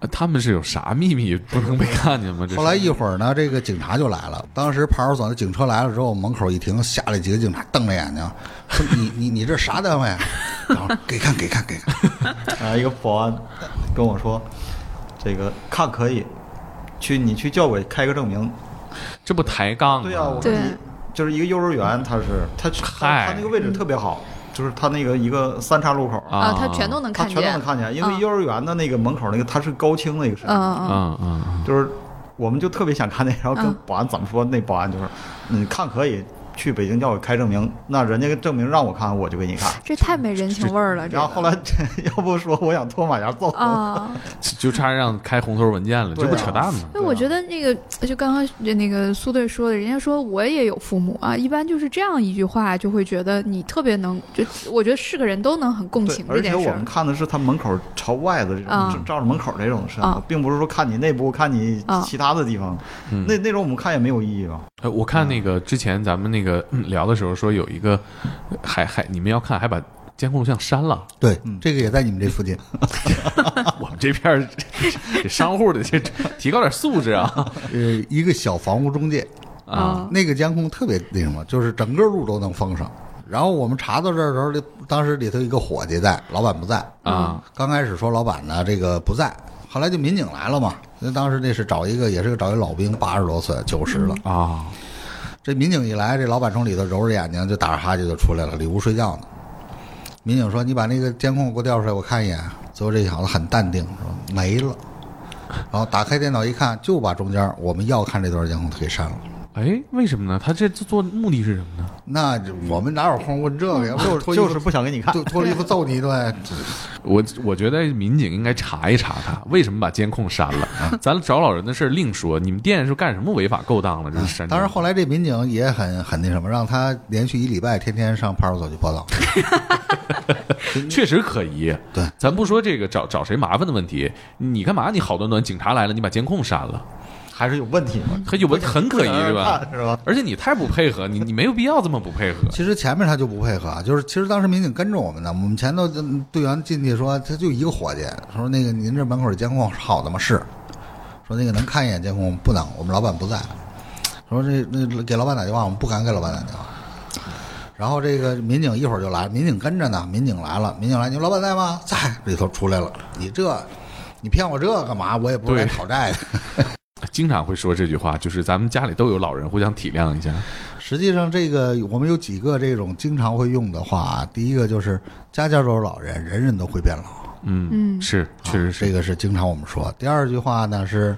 Speaker 1: [LAUGHS] 他们是有啥秘密不能被看见吗？这是
Speaker 2: 后来一会儿呢，这个警察就来了。当时派出所的警车来了之后，门口一停，下来几个警察瞪着眼睛，说：“你你你这啥单位啊？”然后给看给看给看，
Speaker 6: 啊，一个保安跟我说，这个看可以，去你去教委开个证明。
Speaker 1: 这不抬杠吗？啊
Speaker 6: 对呀、啊我
Speaker 4: 对
Speaker 6: 说你就是一个幼儿园，他是他他
Speaker 1: 嗨
Speaker 6: 他那个位置特别好，就是他那个一个三岔路口，
Speaker 1: 啊
Speaker 4: 啊，他全都能
Speaker 6: 他
Speaker 4: 看
Speaker 6: 全都能
Speaker 4: 见，
Speaker 6: 看见，因为
Speaker 4: 嗯
Speaker 6: 幼儿园的那个门口那个它是高清那个视频，
Speaker 4: 嗯嗯
Speaker 1: 嗯嗯嗯，
Speaker 6: 就是我们就特别想看那，然后跟
Speaker 4: 嗯
Speaker 6: 保安怎么说，那保安就是，嗯，看可以去北京教委开证明，那人家证明让我看，我就给你看。
Speaker 4: 这太没人情味儿
Speaker 6: [LAUGHS]
Speaker 4: 了。这
Speaker 6: 然后后来，要不说我想脱马甲揍他
Speaker 4: 啊，
Speaker 1: 就差让开红头文件了，
Speaker 6: 对
Speaker 1: 这
Speaker 6: 啊
Speaker 1: 不扯淡吗？
Speaker 4: 因为我觉得那个，就刚刚那个苏队说的，人家说我也有父母啊，一般就是这样一句话，就会觉得你特别能，就我觉得是个人都能很共
Speaker 6: 对
Speaker 4: 情，这
Speaker 6: 而
Speaker 4: 件
Speaker 6: 且
Speaker 4: 事
Speaker 6: 我
Speaker 4: 儿
Speaker 6: 们。看的是他门口朝外的这种，
Speaker 4: 啊
Speaker 6: 照照着门口这种摄像头
Speaker 4: 啊，
Speaker 6: 并不是说看你内部、看你
Speaker 4: 啊
Speaker 6: 其他的地方，那那种我们看也没有意义啊吧？
Speaker 1: 呃，我看那个之前咱们那个嗯聊的时候说有一个还还你们要看还把监控录像删了，
Speaker 2: 对，这个也在你们这附近。
Speaker 1: [LAUGHS] 我们这片儿这商户的这提高点素质啊
Speaker 2: 呃，一个小房屋中介，
Speaker 1: 啊！
Speaker 2: 那个监控特别那什么，就是整个路都能封上。然后我们查到这儿的时候，这当时里头一个伙计在，老板不在嗯
Speaker 1: 啊。
Speaker 2: 刚开始说老板呢这个不在，后来就民警来了嘛。那当时那是找一个也是个找一老兵，八十多岁，九十了。
Speaker 1: 啊，
Speaker 2: 这民警一来，这老板从里头揉着眼睛就打着哈欠就出来了，里屋睡觉呢。民警说：“你把那个监控给我调出来，我看一眼。”最后这小子很淡定说：“没了。”然后打开电脑一看，就把中间我们要看这段监控他给删了。
Speaker 1: 哎，为什么呢？他这做目的是什么呢？
Speaker 2: 那就我们哪有空问这个
Speaker 1: [LAUGHS]
Speaker 2: 呀？
Speaker 6: 就
Speaker 2: 就是
Speaker 6: 就是不想给你看
Speaker 2: 就，脱衣服揍你一顿，
Speaker 1: 我我觉得民警应该查一查他为什么把监控删了。
Speaker 2: [LAUGHS]
Speaker 1: 咱找老人的事儿另说，你们店是干什么违法勾当了？这是删。
Speaker 2: 哎当然，后来这民警也很很那什么，让他连续一礼拜天天上派出所去报道。
Speaker 1: 确实可疑。
Speaker 2: 对，
Speaker 1: 咱不说这个找找谁麻烦的问题，你干嘛？你好端端警察来了，你把监控删了，
Speaker 6: 还是有问题嘛？
Speaker 1: 他有问很可疑，对吧？
Speaker 6: [LAUGHS] 看是吧？
Speaker 1: 而且你太不配合，你你没有必要这么不配合。
Speaker 2: 其实前面他就不配合啊，就是其实当时民警跟着我们呢，我们前头就队员进去说，他就一个伙计，说那个您这门口有监控好的吗？是，说那个能看一眼监控不能，我们老板不在。说这那给老板打电话，我们不敢给老板打电话。然后这个民警一会儿就来，民警跟着呢，民警来了，民警来，你们老板在吗？在，里头出来了，你这。你骗我这干嘛？我也不是来
Speaker 1: 对
Speaker 2: 讨债的。
Speaker 1: 经常会说这句话，就是咱们家里都有老人，互相体谅一下。
Speaker 2: 实际上，这个我们有几个这种经常会用的话啊。第一个就是家家都是老人，人人都会变老。啊
Speaker 1: 嗯，
Speaker 4: 嗯
Speaker 1: 是，确实是。
Speaker 2: 这个是经常我们说。第二句话呢是，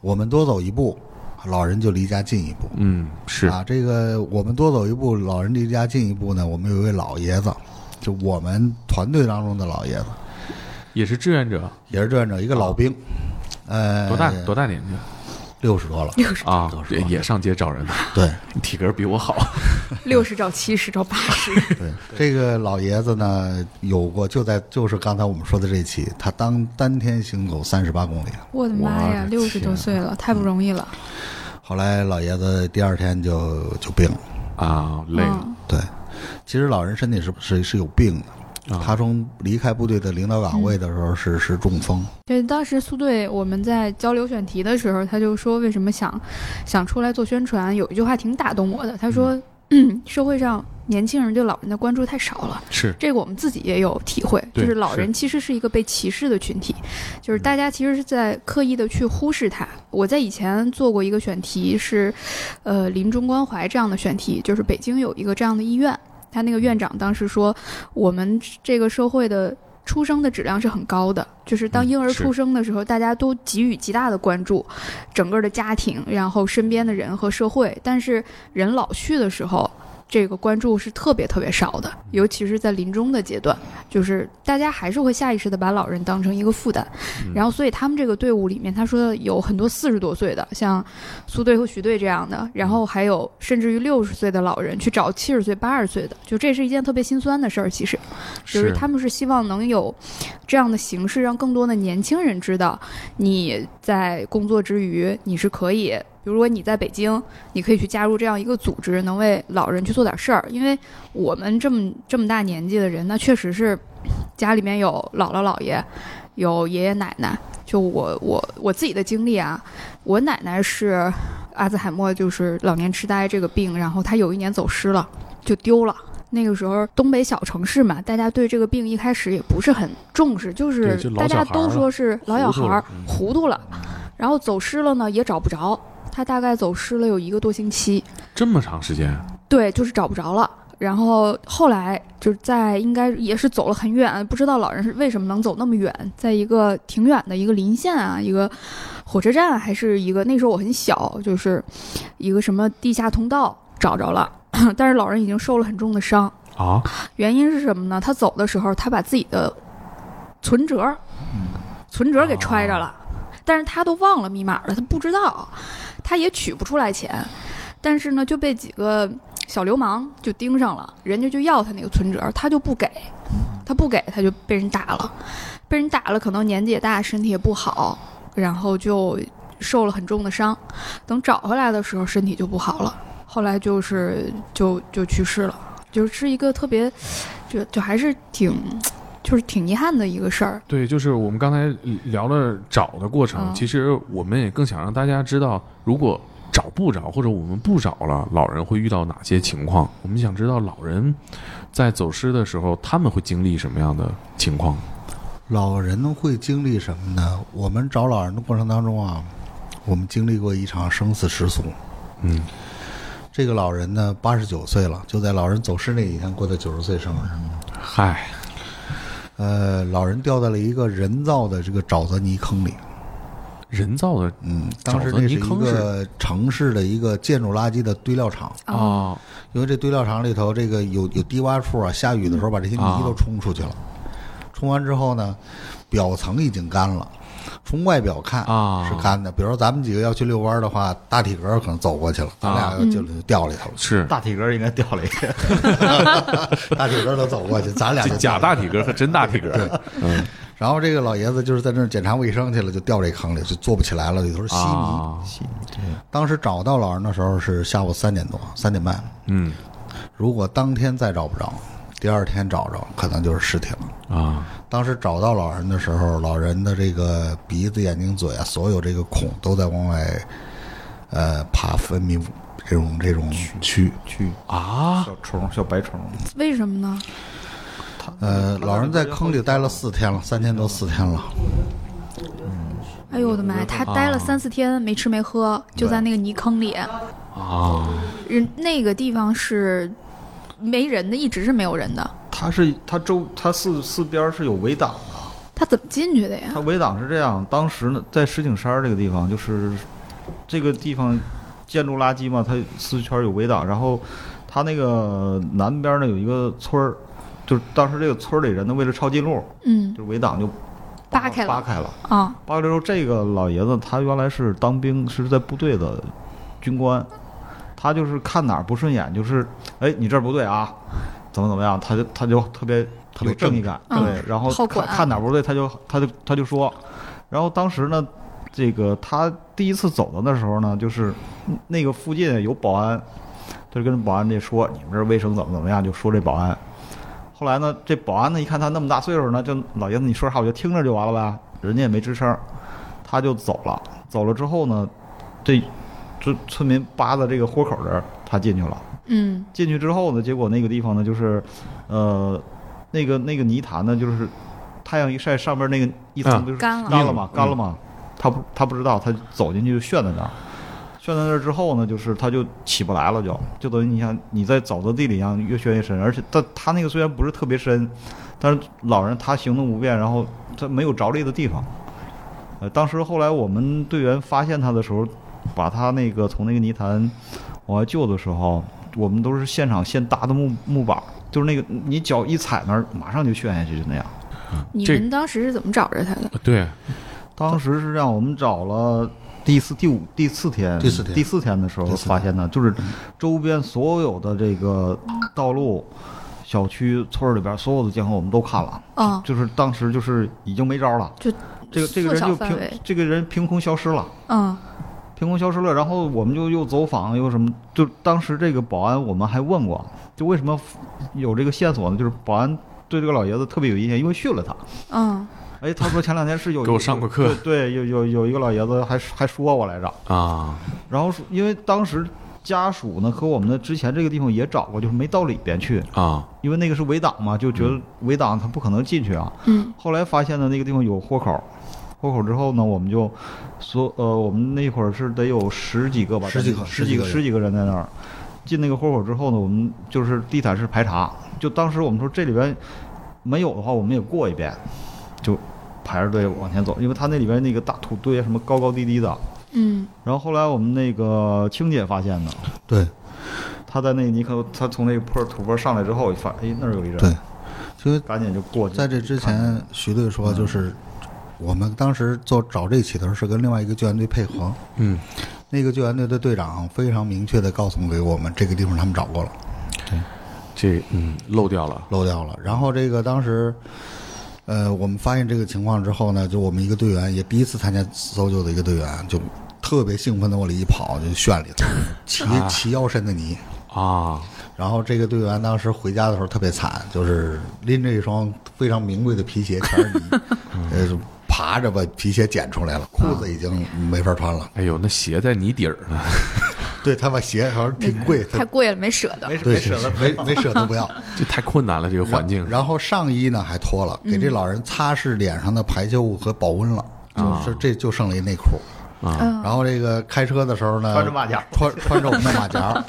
Speaker 2: 我们多走一步，老人就离家近一步。
Speaker 1: 嗯，是，
Speaker 2: 啊，这个我们多走一步，老人离家近一步呢。我们有一位老爷子，就我们团队当中的老爷子，
Speaker 1: 也是志愿者，
Speaker 2: 也是志愿者，一个老兵，呃，
Speaker 1: 啊多大多大年纪
Speaker 2: 六十多了，
Speaker 4: 六十
Speaker 1: 啊
Speaker 2: 多？少
Speaker 1: 也也上街找人呢，
Speaker 2: 对
Speaker 1: [LAUGHS] 体格比我好，
Speaker 4: 六十找七十找八十， [LAUGHS]
Speaker 2: 对。这个老爷子呢，有过就在就是刚才我们说的这一期，他当单天行走三十八公里。
Speaker 4: 我的妈呀，
Speaker 1: 我的啊
Speaker 4: 六十多岁了，太不容易了。
Speaker 2: 后来老爷子第二天就就病了，
Speaker 1: 啊，累了
Speaker 4: 嗯，
Speaker 2: 对。其实老人身体是是是有病的，他从离开部队的领导岗位的时候是、是中风，
Speaker 4: 对，当时苏队我们在交流选题的时候，他就说为什么想想出来做宣传，有一句话挺打动我的，他说。 [CLEARS THROAT] 嗯社会上年轻人对老人的关注太少了，
Speaker 1: 是
Speaker 4: 这个我们自己也有体会，
Speaker 1: 对
Speaker 4: 就是老人其实是一个被歧视的群体，就是大家其实是在刻意的去忽视他。我在以前做过一个选题是，呃，临终关怀这样的选题，就是北京有一个这样的医院，他那个院长当时说，我们这个社会的。出生的质量是很高的，就是当
Speaker 1: 嗯
Speaker 4: 婴儿
Speaker 1: 是
Speaker 4: 出生的时候，大家都给予极大的关注，整个的家庭，然后身边的人和社会。但是人老去的时候，这个关注是特别特别少的，尤其是在临终的阶段，就是大家还是会下意识的把老人当成一个负担。
Speaker 1: 嗯
Speaker 4: 然后，所以他们这个队伍里面，他说的有很多四十多岁的，像苏队和徐队这样的，然后还有甚至于六十岁的老人去找七十岁、八十岁的，就这是一件特别心酸的事儿。其实，就是他们是希望能有这样的形式，让更多的年轻人知道，你在工作之余你是可以，比如说你在北京，你可以去加入这样一个组织，能为老人去做点事儿。因为我们这么这么大年纪的人，那确实是家里面有姥姥姥爷，有爷爷奶奶。就我我我自己的经历啊，我奶奶是阿兹海默，就是老年痴呆这个病，然后她有一年走失了，就丢了。那个时候，东北小城市嘛，大家对这个病一开始也不是很重视，就是
Speaker 1: 对就老
Speaker 4: 大家
Speaker 1: 小孩儿啊
Speaker 4: 都
Speaker 1: 了
Speaker 4: 说是老小孩儿
Speaker 1: 嗯
Speaker 4: 糊涂了，然后走失了呢也找不着，他大概走失了有一个多星期，
Speaker 1: 这么长时间，啊
Speaker 4: 对，就是找不着了。然后后来就是在应该也是走了很远，不知道老人是为什么能走那么远，在一个挺远的一个邻县啊，一个火车站啊还是一个那时候我很小，就是一个什么地下通道找着了， [COUGHS] 但是老人已经受了很重的伤，
Speaker 1: 啊，
Speaker 4: 原因是什么呢？他走的时候，他把自己的存折，存折给揣着了，但是他都忘了密码了，他不知道，他也取不出来钱，但是呢，就被几个小流氓就盯上了，人家就要他那个存折，他就不给，他不给，他就被人打了，被人打了，可能年纪也大，身体也不好，然后就受了很重的伤，等找回来的时候，身体就不好了。后来就是就就去世了，就是一个特别，就就还是挺，就是挺遗憾的一个事儿。
Speaker 1: 对，就是我们刚才聊了找的过程，
Speaker 4: 嗯
Speaker 1: 其实我们也更想让大家知道，如果找不着或者我们不找了，老人会遇到哪些情况？我们想知道老人在走失的时候，他们会经历什么样的情况？
Speaker 2: 老人会经历什么呢？我们找老人的过程当中啊，我们经历过一场生死时速。
Speaker 1: 嗯，
Speaker 2: 这个老人呢，八十九岁了，就在老人走失那一天过的九十岁生日。
Speaker 1: 嗨，
Speaker 2: 呃，老人掉在了一个人造的这个沼泽泥坑里。
Speaker 1: 人造的
Speaker 2: 嗯，当时
Speaker 1: 沼泽
Speaker 2: 那
Speaker 1: 泥
Speaker 2: 是一
Speaker 1: 坑是
Speaker 2: 个城市的一个建筑垃圾的堆料场，
Speaker 1: 啊、
Speaker 4: 哦
Speaker 2: 因为这堆料场里头这个有有低洼处啊，下雨的时候把这些泥都冲出去
Speaker 1: 啊
Speaker 2: 了。冲完之后呢，表层已经干了，从外表看
Speaker 1: 啊
Speaker 2: 是干的。比如说咱们几个要去遛弯儿的话，大体格可能走过去了，咱俩
Speaker 1: 嗯
Speaker 2: 就就掉
Speaker 1: [LAUGHS]
Speaker 2: 里头了，
Speaker 1: 是
Speaker 6: 大体格应该掉了一个，
Speaker 2: 大体格都走过去，咱
Speaker 1: [LAUGHS]
Speaker 2: 俩就
Speaker 1: 假
Speaker 2: 掉
Speaker 1: 大
Speaker 2: 了
Speaker 1: 体格和真大体格，嗯
Speaker 2: 然后这个老爷子就是在那儿检查卫生去了，就掉这坑里，就坐不起来了，里头是稀泥。
Speaker 1: 啊，
Speaker 2: 当时找到老人的时候是下午三点多，三点半。
Speaker 1: 嗯
Speaker 2: 如果当天再找不着，第二天找着可能就是尸体了。
Speaker 1: 啊，
Speaker 2: 当时找到老人的时候，老人的这个鼻子、眼睛、嘴啊，所有这个孔都在往外，呃，爬分泌这种这种蛆。
Speaker 6: 去
Speaker 1: 啊，
Speaker 6: 小虫小白虫，
Speaker 4: 为什么呢？
Speaker 2: 呃，老人在坑里待了四天了，三天多四天了。
Speaker 4: 哎呦我的妈呀！他待了
Speaker 6: 啊
Speaker 4: 三四天没吃没喝，就在那个泥坑里。
Speaker 1: 啊，
Speaker 4: 人那个地方是没人的，一直是没有人的。
Speaker 6: 它是它周它四四边儿是有围挡的。
Speaker 4: 他怎么进去的呀
Speaker 6: 它？围挡是这样，当时呢，在石景山这个地方，就是这个地方建筑垃圾嘛，它四圈有围挡，然后它那个南边呢有一个村儿，就是当时这个村儿里人呢为了抄近路，
Speaker 4: 嗯
Speaker 6: 就是围挡就
Speaker 4: 扒开了
Speaker 6: 扒开了。
Speaker 4: 啊，
Speaker 6: 八六六这个老爷子，他原来是当兵，是在部队的军官，他就是看哪儿不顺眼，就是哎，你这儿不对啊，怎么怎么样，他就他就特别
Speaker 2: 特别
Speaker 6: 有正义感，
Speaker 4: 嗯
Speaker 6: 对，然后
Speaker 4: 好
Speaker 6: 看
Speaker 4: 管
Speaker 6: 看哪儿不对，他就他就他就说，然后当时呢，这个他第一次走到那时候呢，就是那个附近有保安，他就跟保安这说你们这儿卫生怎么怎么样，就说这保安。后来呢，这保安呢一看他那么大岁数呢，就老爷子你说啥我就听着就完了呗，人家也没吱声，他就走了。走了之后呢，这这村民扒的这个豁口这儿，他进去了。
Speaker 4: 嗯
Speaker 6: 进去之后呢，结果那个地方呢就是，呃，那个那个泥潭呢就是太阳一晒，上面那个一层
Speaker 1: 啊
Speaker 6: 不就是
Speaker 4: 干了
Speaker 6: 干了嘛，
Speaker 1: 嗯
Speaker 6: 干了嘛，他不他不知道，他走进去就炫在那儿。炫在那儿之后呢，就是他就起不来了就，就等于你像你在沼泽地里一样，越陷越深。而且他他那个虽然不是特别深，但是老人他行动不便，然后他没有着力的地方。呃，当时后来我们队员发现他的时候，把他那个从那个泥潭往外救的时候，我们都是现场现搭的木木板儿，就是那个你脚一踩那儿，马上就陷下去，就那样。
Speaker 4: 你
Speaker 1: 这
Speaker 4: 们当时是怎么找着他的？
Speaker 1: 对，
Speaker 6: 当时是让我们找了第四、第五、第四天，
Speaker 2: 第四天
Speaker 6: 第四天的时候
Speaker 2: 第四天
Speaker 6: 发现的，就是周边所有的这个道路、小区、村儿里边所有的监控我们都看了，
Speaker 4: 啊，
Speaker 6: 就是当时就是已经没招了，
Speaker 4: 就
Speaker 6: 这个这个
Speaker 4: 缩
Speaker 6: 人
Speaker 4: 小
Speaker 6: 就
Speaker 4: 范
Speaker 6: 凭
Speaker 4: 围
Speaker 6: 这个人凭空消失了。
Speaker 4: 嗯
Speaker 6: 凭空消失了，然后我们就又走访又什么，就当时这个保安我们还问过，就为什么有这个线索呢？就是保安对这个老爷子特别有意见，因为训了他。
Speaker 4: 嗯
Speaker 6: 哎，他说前两天是有
Speaker 1: 给我上过课
Speaker 6: 对对，有有有一个老爷子还还说我来着，
Speaker 1: 啊，
Speaker 6: 然后说因为当时家属呢和我们的之前这个地方也找过，就是没到里边去，
Speaker 1: 啊，
Speaker 6: 因为那个是围挡嘛，就觉
Speaker 1: 嗯
Speaker 6: 得围挡他不可能进去啊。
Speaker 4: 嗯
Speaker 6: 后来发现呢那个地方有豁口。豁口之后呢，我们就所呃，我们那会儿是得有十几个吧，
Speaker 2: 十几个
Speaker 6: 十几个，
Speaker 2: 十
Speaker 6: 十几个人在那儿。进那个豁口之后呢，我们就是地毯式排查，就当时我们说这里边没有的话，我们也过一遍，就排着队往前走，因为他那里边那个大土堆啊什么高高低低的。
Speaker 4: 嗯
Speaker 6: 然后后来我们那个青姐发现的，
Speaker 2: 对
Speaker 6: 她在那个尼克，她从那个坡土坡上来之后，发现哎那儿有一人，
Speaker 2: 对，因为
Speaker 6: 赶紧就过去。
Speaker 2: 在这之前，徐队说就是我们当时做找这起的时候是跟另外一个救援队配合，
Speaker 1: 嗯，
Speaker 2: 那个救援队的队长非常明确的告诉给我们这个地方他们找过了，
Speaker 1: 这嗯漏掉了，
Speaker 2: 漏掉了。然后这个当时。呃，我们发现这个情况之后呢，就我们一个队员也第一次参加搜救的一个队员，就特别兴奋的往里一跑，就炫里头，齐齐腰深的泥。
Speaker 1: 啊，
Speaker 2: 然后这个队员当时回家的时候特别惨，就是拎着一双非常名贵的皮鞋，全是泥，
Speaker 4: [LAUGHS]
Speaker 2: 呃，就爬着把皮鞋捡出来了，
Speaker 4: 嗯
Speaker 2: 裤子已经没法穿了。
Speaker 1: 哎呦，那鞋在泥底儿
Speaker 2: [LAUGHS]
Speaker 1: 呢，
Speaker 2: 对他把鞋好像挺贵，
Speaker 4: 太
Speaker 2: 他
Speaker 4: 贵了，没舍得。
Speaker 2: 对没没舍得不要。
Speaker 1: 这太困难了，这个环境
Speaker 2: 然后上衣呢还脱了，给这老人擦拭脸上的排泄物和保温了，就是这就剩了一内裤。
Speaker 1: 啊，
Speaker 4: 嗯
Speaker 2: 然后这个开车的时候呢，
Speaker 6: 穿着马甲
Speaker 2: 穿穿着我们的马
Speaker 6: [LAUGHS]
Speaker 2: 甲，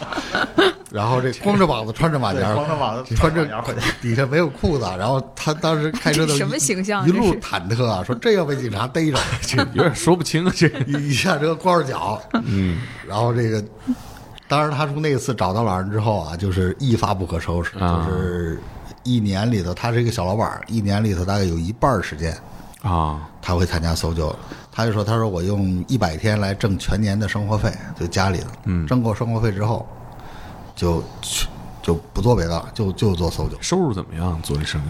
Speaker 2: 然后这光着膀子穿着马
Speaker 6: 对
Speaker 2: 甲，
Speaker 6: 光着膀子
Speaker 2: 穿着
Speaker 6: 马甲回去
Speaker 2: [LAUGHS] 底下没有裤子，然后他当时开车的
Speaker 4: 这什么形象啊
Speaker 2: 一路
Speaker 4: 这是
Speaker 2: 忐忑啊，说这要被警察逮着，
Speaker 1: [LAUGHS] 这有点说不清啊，这
Speaker 2: [LAUGHS] 一一下车光着脚，嗯，然后这个，当然他从那次找到老人之后啊，就是一发不可收拾，
Speaker 1: 啊
Speaker 2: 就是一年里头，他是一个小老板儿，一年里头大概有一半儿时间
Speaker 1: 啊，
Speaker 2: 他会参加搜救，他就说：“他说我用一百天来挣全年的生活费，就家里的，
Speaker 1: 嗯
Speaker 2: 挣够生活费之后，就去就不做别的了，就就做搜救。
Speaker 1: 收入怎么样？做这生意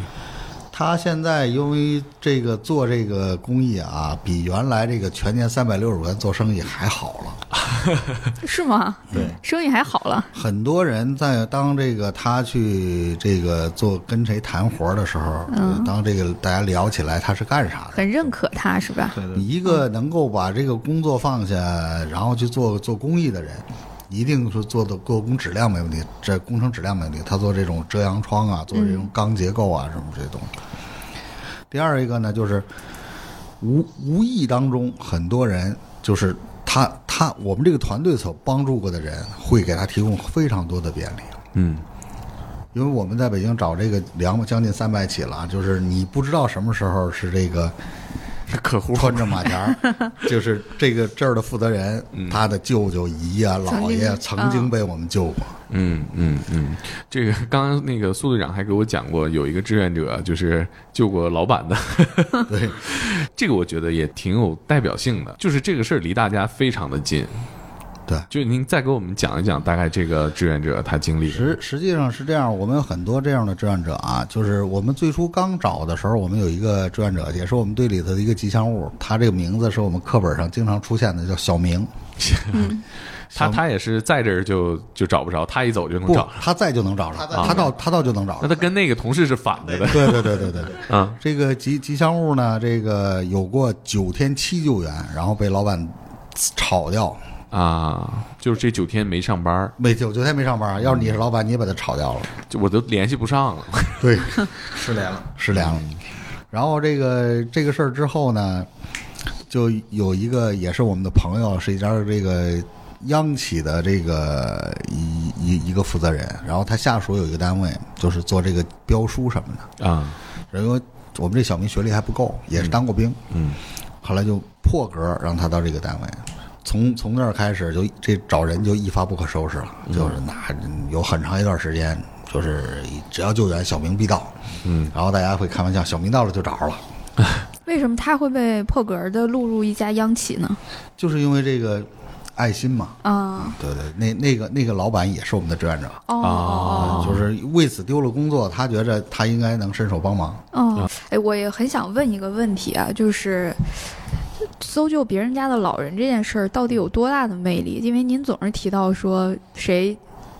Speaker 2: 他现在因为这个做这个公益啊，比原来这个全年三百六十五天做生意还好了。
Speaker 4: 是吗？
Speaker 6: 对，
Speaker 4: [LAUGHS] 生意还好了。
Speaker 2: 很多人在当这个他去这个做跟谁谈活的时候，当这个大家聊起来他是干啥的，
Speaker 4: 很认可他是吧？
Speaker 6: 对对
Speaker 2: 你一个能够把这个工作放下，然后去做做公益的人，一定是做的做工质量没问题，这工程质量没问题。他做这种遮阳窗
Speaker 6: 嗯
Speaker 2: 啊，做这种钢结构啊，什么这些东西。第二一个呢，就是无无意当中，很多人就是他他我们这个团队所帮助过的人，会给他提供非常多的便利。
Speaker 1: 嗯，
Speaker 2: 因为我们在北京找这个两将近三百起了啊，就是你不知道什么时候是这个
Speaker 1: 客户
Speaker 2: 穿着马甲 [LAUGHS] 儿，就是这个这儿的负责人，他的舅舅、姨啊、
Speaker 4: 曾
Speaker 2: 姥
Speaker 4: 经
Speaker 2: 爷嗯曾经被我们救过。
Speaker 1: 嗯嗯嗯，这个刚刚那个苏队长还给我讲过，有一个志愿者就是救过老板的，
Speaker 2: [LAUGHS] 对，
Speaker 1: [LAUGHS] 这个我觉得也挺有代表性的，就是这个事儿离大家非常的近。
Speaker 2: 对
Speaker 1: 就您再给我们讲一讲，大概这个志愿者他经历的。
Speaker 2: 实实际上是这样，我们有很多这样的志愿者啊，就是我们最初刚找的时候，我们有一个志愿者，也是我们队里头的一个吉祥物，他这个名字是我们课本上经常出现的，叫小明。
Speaker 1: 他他也是在这儿就就找不着，他一走就能
Speaker 2: 不
Speaker 1: 找。，
Speaker 2: 他在就能找着，
Speaker 1: 在
Speaker 2: 他到他到就能找
Speaker 1: 那
Speaker 2: 着。嗯
Speaker 1: 他跟那个同事是反着的
Speaker 2: 对对对对对对。
Speaker 1: 啊，
Speaker 2: 这个吉吉祥物呢，这个有过九天七救援，然后被老板炒掉，
Speaker 1: 啊，就是这九天没上班儿，
Speaker 2: 没九九天没上班。要是你是老板，你也把他炒掉了。
Speaker 1: 就我都联系不上了。
Speaker 2: 对， [LAUGHS] 失联了，失联了。然后这个这个事儿之后呢，就有一个也是我们的朋友，是一家这个央企的这个一一一个负责人，然后他下属有一个单位，就是做这个标书什么的。
Speaker 1: 啊，
Speaker 2: 因为我们这小明学历还不够，也是当过兵，
Speaker 1: 嗯
Speaker 2: 后来就破格让他到这个单位，从从那儿开始就这找人就一发不可收拾了，就是那有很长一段时间，就是只要救援小明必到，
Speaker 1: 嗯，
Speaker 2: 然后大家会开玩笑，小明到了就找着了，
Speaker 4: 为什么他会被破格的录入一家央企呢？
Speaker 2: 就是因为这个爱心嘛，
Speaker 4: 啊、
Speaker 2: 对对，那那个那个老板也是我们的志愿者，
Speaker 4: 哦
Speaker 1: 啊
Speaker 4: 哦
Speaker 2: 就是为此丢了工作，他觉着他应该能伸手帮忙，
Speaker 1: 啊
Speaker 4: 哦哦，哎，我也很想问一个问题啊，就是搜救别人家的老人这件事儿到底有多大的魅力？因为您总是提到说谁。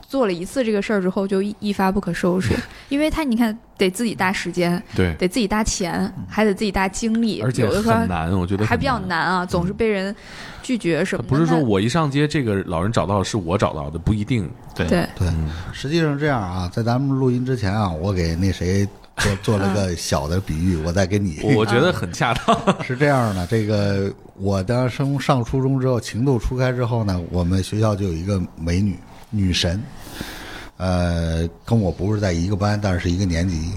Speaker 4: 做了一次这个事儿之后，就一一发不可收
Speaker 1: [LAUGHS]
Speaker 4: 拾，因为他你看得自己搭时间，
Speaker 1: 对，
Speaker 4: 得自己搭钱，还得自己搭精力，
Speaker 1: 嗯而且
Speaker 4: 有的时候
Speaker 1: 很难，我觉得
Speaker 4: 还
Speaker 1: 很
Speaker 4: 比较难啊，总是被人拒绝什么的。
Speaker 1: 不是说
Speaker 4: 那
Speaker 1: 我一上街，这个老人找到是我找到的，不一
Speaker 4: [LAUGHS]
Speaker 1: 定。
Speaker 3: 对
Speaker 4: 对
Speaker 2: 对，实际上这样啊，在咱们录音之前啊，我给那谁做 [LAUGHS] 做了个小的比喻，我再给你，
Speaker 1: 我我觉得很恰当。
Speaker 4: 嗯
Speaker 2: [LAUGHS] 是这样的，这个我当时升上初中之后，情窦初开之后呢，我们学校就有一个美女女神，呃，跟我不是在一个班，但是是一个年级，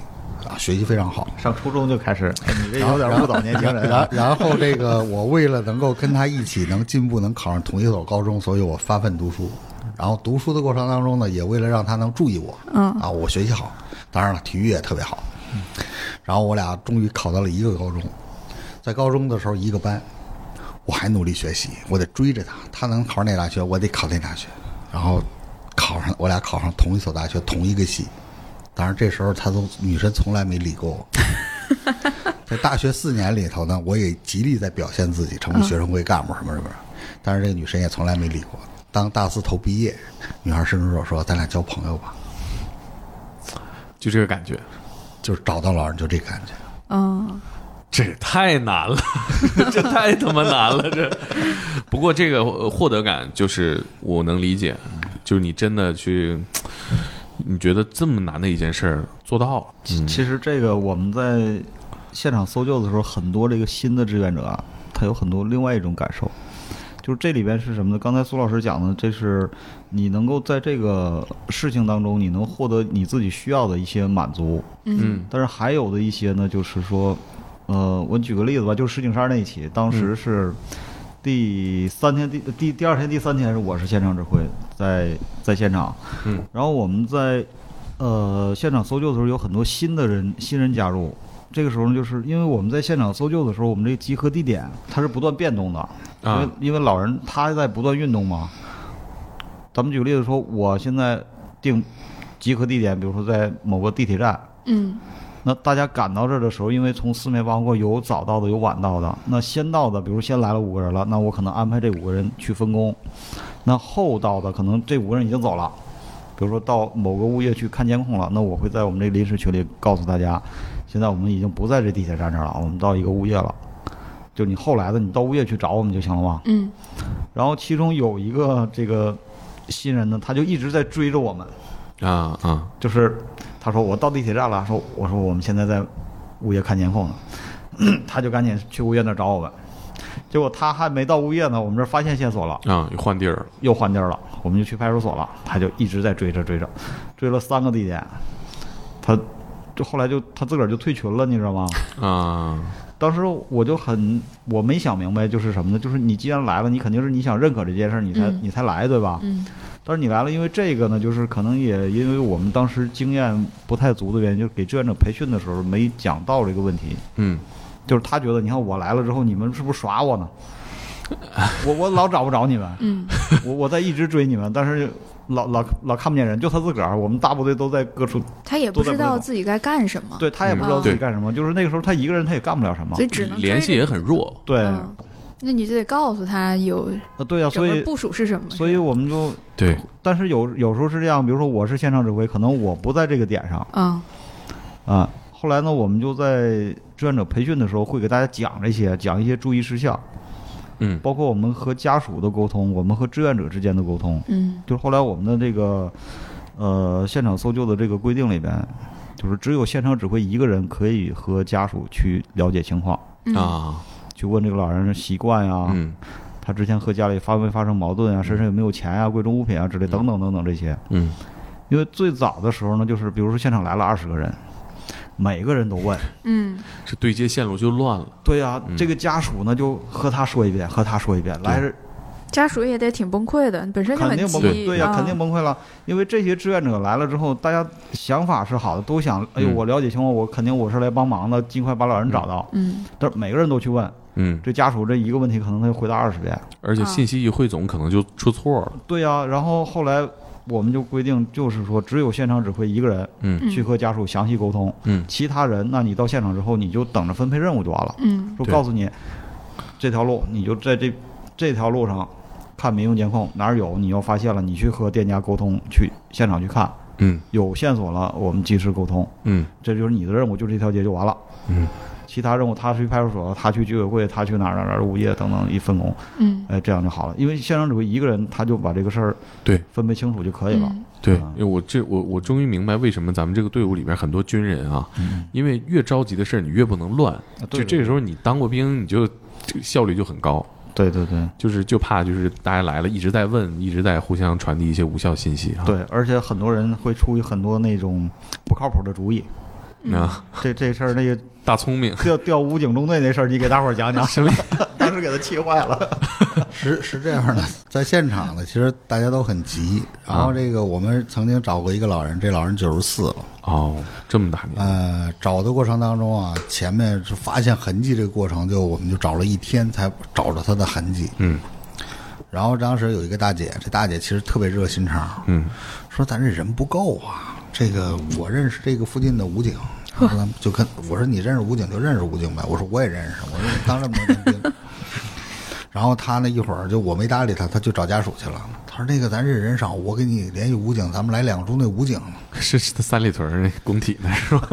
Speaker 2: 啊，学习非常好。
Speaker 6: 上初中就开始，哎你这有点误导年轻人
Speaker 2: 然
Speaker 6: 啊。
Speaker 2: 然后这个我为了能够跟她一起能进步，能考上同一所高中，所以我发奋读书。然后读书的过程当中呢，也为了让她能注意我，
Speaker 4: 嗯
Speaker 2: 啊，我学习好，当然了，体育也特别好。
Speaker 6: 嗯
Speaker 2: 然后我俩终于考到了一个高中，在高中的时候一个班，我还努力学习，我得追着她，她能考上哪大学，我得考那大学。然后考上，我俩考上同一所大学，同一个系。当然，这时候她都女神从来没理过我。在大学四年里头呢，我也极力在表现自己，成为学生会干部什么什么的。但是这个女神也从来没理过。当大四头毕业，女孩伸出手说：“咱俩交朋友吧。
Speaker 1: [LAUGHS] 就这个感觉，”
Speaker 2: 就是找到老人就这感觉。
Speaker 4: 嗯，
Speaker 1: 这也太难了， [LAUGHS] 这太他妈难了这。 [LAUGHS] 不过这个呃获得感就是我能理解，就是你真的去，你觉得这么难的一件事儿做到了，
Speaker 6: 其其实这个我们在现场搜救的时候，很多这个新的志愿者啊，他有很多另外一种感受，就是这里边是什么呢？刚才苏老师讲的，这是你能够在这个事情当中，你能获得你自己需要的一些满足。
Speaker 1: 嗯
Speaker 6: 但是还有的一些呢，就是说，呃，我举个例子吧，就是石景山那一起，当
Speaker 1: 嗯
Speaker 6: 时是第三天、第第第二天、第三天是我是现场指挥，在在现场，
Speaker 1: 嗯，
Speaker 6: 然后我们在呃现场搜救的时候，有很多新的人新人加入。这个时候呢，就是因为我们在现场搜救的时候，我们这个集合地点它是不断变动的，因为
Speaker 1: 啊
Speaker 6: 因为老人他在不断运动嘛。咱们举个例子说，我现在定集合地点，比如说在某个地铁站，
Speaker 4: 嗯
Speaker 6: 那大家赶到这儿的时候，因为从四面八方有早到的，有晚到的。那先到的，比如先来了五个人了，那我可能安排这五个人去分工。那后到的，可能这五个人已经走了，比如说到某个物业去看监控了，那我会在我们这临时群里告诉大家，现在我们已经不在这地铁站这儿了，我们到一个物业了。就你后来的，你到物业去找我们就行了嘛。
Speaker 4: 嗯
Speaker 6: 然后其中有一个这个新人呢，他就一直在追着我们。
Speaker 4: 嗯
Speaker 1: 啊啊
Speaker 6: 就是他说我到地铁站了，说我说我们现在在物业看监控呢， [CLEARS THROAT] 他就赶紧去物业那儿找我们，结果他还没到物业呢，我们这儿发现线索了，
Speaker 1: 啊！又换地儿了，
Speaker 6: 又换地儿了，我们就去派出所了，他就一直在追着追着，追了三个地点，他就后来就他自个儿就退群了，你知道吗？
Speaker 1: 啊，
Speaker 6: 当时我就很我没想明白，就是什么呢？就是你既然来了，你肯定是你想认可这件事儿，你才、
Speaker 4: 嗯
Speaker 6: 你才来，对吧？
Speaker 4: 嗯
Speaker 6: 但是你来了，因为这个呢，就是可能也因为我们当时经验不太足的原因，就是给志愿者培训的时候没讲到这个问题。
Speaker 1: 嗯，
Speaker 6: 就是他觉得，你看我来了之后，你们是不是耍我呢？我我老找不着你们，
Speaker 4: 嗯
Speaker 6: 我我在一直追你们，但是老老老看不见人，就他自个儿。我们大部队都在各处，
Speaker 4: 他也不知道自己该干什么，
Speaker 6: 对他也不知道自己干什么。就是那个时候他一个人他也干不了什么
Speaker 4: 所。以只能追
Speaker 1: 联系也很弱，
Speaker 6: 对，
Speaker 4: 嗯那你就得告诉他有
Speaker 6: 呃对呀、
Speaker 4: 整
Speaker 6: 所
Speaker 4: 个
Speaker 6: 以
Speaker 4: 部署是什么。
Speaker 6: 所以我们就，
Speaker 1: 对，
Speaker 6: 但是有有时候是这样，比如说我是现场指挥，可能我不在这个点上。
Speaker 4: 嗯
Speaker 6: 啊，后来呢，我们就在志愿者培训的时候会给大家讲这些，讲一些注意事项，
Speaker 1: 嗯
Speaker 6: 包括我们和家属的沟通，我们和志愿者之间的沟通。
Speaker 4: 嗯
Speaker 6: 就是后来我们的这个呃现场搜救的这个规定里边，就是只有现场指挥一个人可以和家属去了解情况，
Speaker 4: 嗯
Speaker 1: 啊，
Speaker 6: 去问这个老人的习惯呀、
Speaker 1: 嗯
Speaker 6: 他之前和家里发没发生矛盾啊，身上有没有钱啊、贵重物品啊之类等等等等这些。
Speaker 1: 嗯，
Speaker 6: 因为最早的时候呢，就是比如说现场来了二十个人，每个人都问。
Speaker 4: 嗯
Speaker 1: 这对接线路就乱了，
Speaker 6: 对呀、
Speaker 1: 嗯
Speaker 6: 这个家属呢就和他说一遍，和他说一遍，来
Speaker 4: 家属也得挺崩溃的，本身就
Speaker 6: 肯
Speaker 4: 很
Speaker 6: 定
Speaker 4: 急
Speaker 6: 崩溃，，对呀、
Speaker 4: 啊
Speaker 6: 肯定崩溃了。因为这些志愿者来了之后，大家想法是好的，都想，哎呦，
Speaker 1: 嗯
Speaker 6: 我了解情况，我肯定我是来帮忙的，尽快把老人找到。
Speaker 4: 嗯
Speaker 6: 但是每个人都去问
Speaker 1: 嗯，
Speaker 6: 这家属这一个问题，可能他就回答二十遍。
Speaker 1: 而
Speaker 4: 啊
Speaker 1: 且信息一汇总，可能就出错了，
Speaker 6: 对呀、然后后来我们就规定，就是说只有现场指挥一个人
Speaker 1: 嗯
Speaker 6: 去和家属详细沟通，
Speaker 1: 嗯
Speaker 6: 其他人，那你到现场之后，你就等着分配任务就完了。
Speaker 4: 嗯
Speaker 6: 说
Speaker 1: 对
Speaker 6: 告诉你这条路，你就在这这条路上看民用监控哪儿有，你要发现了，你去和店家沟通，去现场去看，
Speaker 1: 嗯
Speaker 6: 有线索了，我们及时沟通，
Speaker 1: 嗯
Speaker 6: 这就是你的任务，就这条街就完了。
Speaker 1: 嗯，
Speaker 6: 其他任务他去派出所，他去居委会，他去哪儿哪儿哪儿物业等等一分工，
Speaker 4: 嗯
Speaker 6: 哎，这样就好了。因为现场指挥一个人，他就把这个事儿
Speaker 1: 对
Speaker 6: 分配清楚就可以了。
Speaker 4: 嗯
Speaker 1: 对
Speaker 6: 啊，
Speaker 1: 因为我这我我终于明白为什么咱们这个队伍里边很多军人啊，因为越着急的事儿你越不能乱，
Speaker 6: 啊
Speaker 1: 就
Speaker 6: 对
Speaker 1: 这个时候你当过兵，你就这个效率就很高，
Speaker 6: 对对对
Speaker 1: 就是就怕就是大家来了一直在问，一直在互相传递一些无效信息啊。
Speaker 6: 对，而且很多人会出于很多那种不靠谱的主意。
Speaker 4: 嗯
Speaker 1: 啊，
Speaker 6: 这这事儿那个
Speaker 1: 大聪 [LAUGHS] 明，
Speaker 6: 调调武警中队那事儿，你给大伙儿讲讲。
Speaker 1: 什么？
Speaker 6: 当时给他气坏了。
Speaker 2: 是是这样的，在现场呢，其实大家都很急。然后这个我们曾经找过一个老人，这老人九十四了。
Speaker 1: 哦，这么大年纪，
Speaker 2: 呃，找的过程当中啊，前面是发现痕迹这个过程就，我们就找了一天才找着他的痕迹。
Speaker 1: 嗯
Speaker 2: 然后当时有一个大姐，这大姐其实特别热心肠，
Speaker 1: 嗯，
Speaker 2: 说咱这人不够啊。这个我认识这个附近的武警，说咱们就跟我说你认识武警就认识武警呗。我说我也认识，我说当这么多年兵。 [LAUGHS] 然后他那一会儿就我没搭理他，他就找家属去了。他说那个咱这人少，我给你联系武警，咱们来两个中队武警。
Speaker 1: [LAUGHS] 是是三里屯儿那工体那是吧？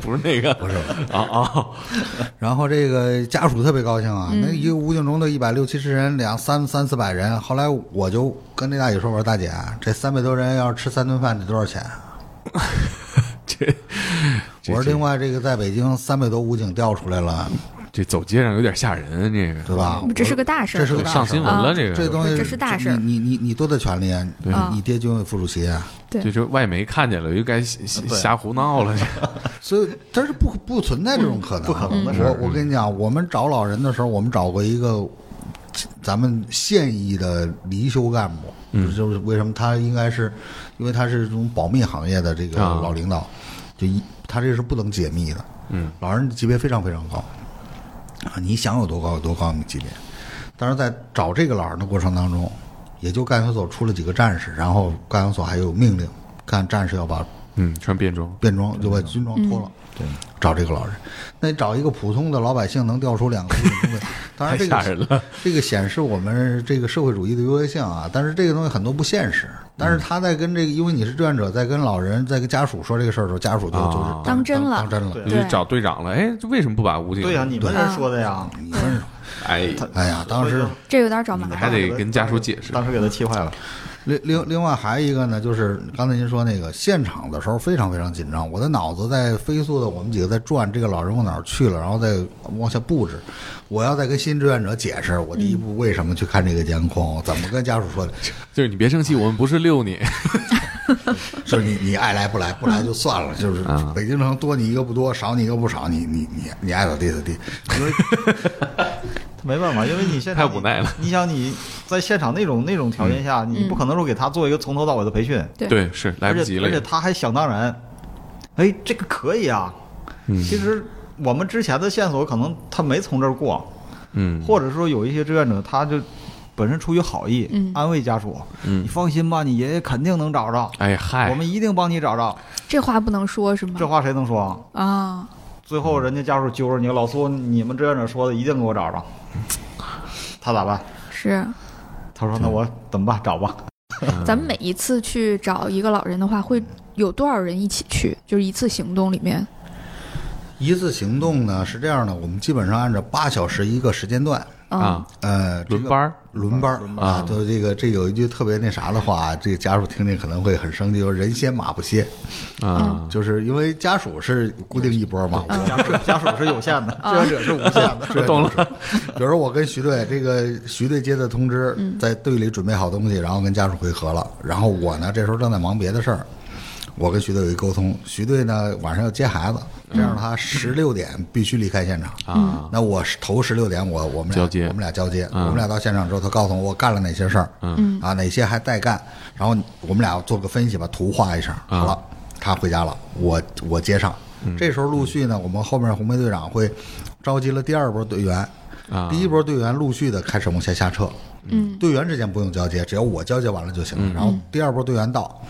Speaker 1: 不是那个，不是啊啊，
Speaker 2: 然后这个家属特别高兴啊，
Speaker 4: 嗯
Speaker 2: 那一个武警中队一百六七十人，两三三四百人。后来我就跟那大姐说：“我说大姐，啊这三百多人要是吃三顿饭得多少钱？”
Speaker 1: 这
Speaker 2: 我说：“另外这个在北京三百多武警调出来了，
Speaker 1: 这走街上有点吓人，啊这个
Speaker 2: 对吧？
Speaker 4: 嗯这是个大事
Speaker 2: 嗯
Speaker 4: 儿
Speaker 2: 这是个大
Speaker 1: 上
Speaker 2: 事
Speaker 1: 新
Speaker 2: 儿。
Speaker 1: 闻了，
Speaker 4: 啊
Speaker 1: 这个
Speaker 2: 这东西
Speaker 4: 这是大事儿嗯
Speaker 2: 你你你多大权利啊？
Speaker 1: 对
Speaker 2: 你你爹军委副主席啊，
Speaker 1: 这就外媒看见了，又该瞎瞎胡闹了。
Speaker 2: [LAUGHS] 所以它是不不存在这种可能，嗯不可能的事。我我跟你讲，我们找老人的时候，我们找过一个咱们现役的离休干部，嗯、就是为什么他应该是，因为他是这种保密行业的这个
Speaker 1: 啊
Speaker 2: 老领导，就一他这是不能解密的。
Speaker 1: 嗯，
Speaker 2: 老人的级别非常非常高，啊，你想有多高有多高你级别，但是在找这个老人的过程当中，也就干休所出了几个战士，然后干休所还有命令，干战士要把
Speaker 1: 嗯，穿便装，
Speaker 2: 便装就把军装脱了，
Speaker 1: 嗯
Speaker 6: 对，
Speaker 2: 找这个老人。那你找一个普通的老百姓能调出两个武警
Speaker 1: [LAUGHS]
Speaker 2: 中队，当然
Speaker 1: 太
Speaker 2: 这
Speaker 1: 吓人
Speaker 2: 个
Speaker 1: 了。
Speaker 2: 这个显示我们这个社会主义的优越性啊，但是这个东西很多不现实。但是他在跟这个，因为你是志愿者，在跟老人在跟家属说这个事儿的时候，家属就就是
Speaker 1: 啊
Speaker 4: 当真了
Speaker 2: 当真了。
Speaker 1: 就
Speaker 4: 对
Speaker 1: 去找队长了，哎，这为什么不把武警？
Speaker 6: 对呀、啊你们人说的呀，
Speaker 2: 你们
Speaker 1: 哎，
Speaker 2: 哎呀，当时
Speaker 4: 这有点找麻
Speaker 1: 你
Speaker 4: 烦。
Speaker 1: 还得跟家属解释
Speaker 6: 当时给他气坏了。
Speaker 2: 另另另外还有一个呢，就是刚才您说那个现场的时候非常非常紧张，我的脑子在飞速的，我们几个在转这个老人往哪儿去了，然后再往下布置。我要再跟新志愿者解释，我第一步为什么去看这个监控，怎么跟家属说的， [LAUGHS]
Speaker 1: 就是你别生气，我们不是溜你，
Speaker 2: 就是你你爱来不来，不来就算了，就是
Speaker 1: 啊
Speaker 2: 北京城多你一个不多，少你一个不少，你你你你爱咋地咋地。因为
Speaker 6: 没办法，因为你现
Speaker 1: 太
Speaker 6: 场
Speaker 1: 无奈了。
Speaker 6: 你想你在现场那种那种条件下，你不可能说给他做一个从头到尾的培训，
Speaker 4: 对
Speaker 1: 对，是来
Speaker 6: 而
Speaker 1: 不
Speaker 6: 且
Speaker 1: 及了
Speaker 6: 而且
Speaker 1: 也。
Speaker 6: 他还想当然，哎，这个可以啊。
Speaker 1: 嗯
Speaker 6: 其实我们之前的线索可能他没从这儿过，
Speaker 1: 嗯，
Speaker 6: 或者说有一些志愿者他就本身出于好意，
Speaker 4: 嗯
Speaker 6: 安慰家属，
Speaker 1: 嗯
Speaker 6: 你放心吧，你爷爷肯定能找着，
Speaker 1: 哎嗯
Speaker 6: 我
Speaker 1: 嗨，
Speaker 6: 们一定帮你找着。
Speaker 4: 这话不能说是吗？
Speaker 6: 这话谁能说啊？
Speaker 4: 啊，
Speaker 6: 最后人家家属揪着你，老苏，你们志愿者说的一定给我找着，他咋办？
Speaker 4: 是。
Speaker 6: 他说那我怎么办？找吧。
Speaker 4: 咱们每一次去找一个老人的话，会有多少人一起去？就是一次行动里面，
Speaker 2: 一次行动呢是这样的，我们基本上按照八小时一个时间段，
Speaker 4: 嗯、
Speaker 1: 啊，
Speaker 2: 呃，这个
Speaker 1: 轮班儿
Speaker 2: 轮班
Speaker 6: 轮
Speaker 2: 儿
Speaker 6: 班
Speaker 2: 啊，就这个这有一句特别那啥的话，这个家属听见可能会很生气，就是人先马不歇，
Speaker 1: 啊，
Speaker 2: 就是因为家属是固定一波嘛。
Speaker 6: 家 [LAUGHS] 属家属是有限的，志愿者是无限
Speaker 2: [LAUGHS]
Speaker 6: 的。
Speaker 2: 我懂了，比如说我跟徐队，这个徐队接的通知，在队里准备好东西，然后跟家属回合了。然后我呢，这时候正在忙别的事儿，我跟徐队有一沟通。徐队呢，晚上要接孩子，这样他十六点必须离开现场。
Speaker 4: 嗯
Speaker 1: 啊，
Speaker 2: 那我是头十六点，我我们俩
Speaker 1: 交接
Speaker 2: 我们俩交接，
Speaker 1: 嗯
Speaker 2: 我们俩到现场之后，他告诉我我干了哪些事儿，嗯啊，哪些还待干，然后我们俩做个分析，把图画一下，
Speaker 1: 嗯
Speaker 2: 好了，他回家了，我我接上。这时候陆续呢，我们后面红卫队长会召集了第二波队员，
Speaker 4: 嗯
Speaker 1: 啊
Speaker 2: 第一波队员陆续的开始往下下撤，嗯，队员之间不用交接，只要我交接完了就行
Speaker 1: 嗯
Speaker 2: 了。然后第二波队员到，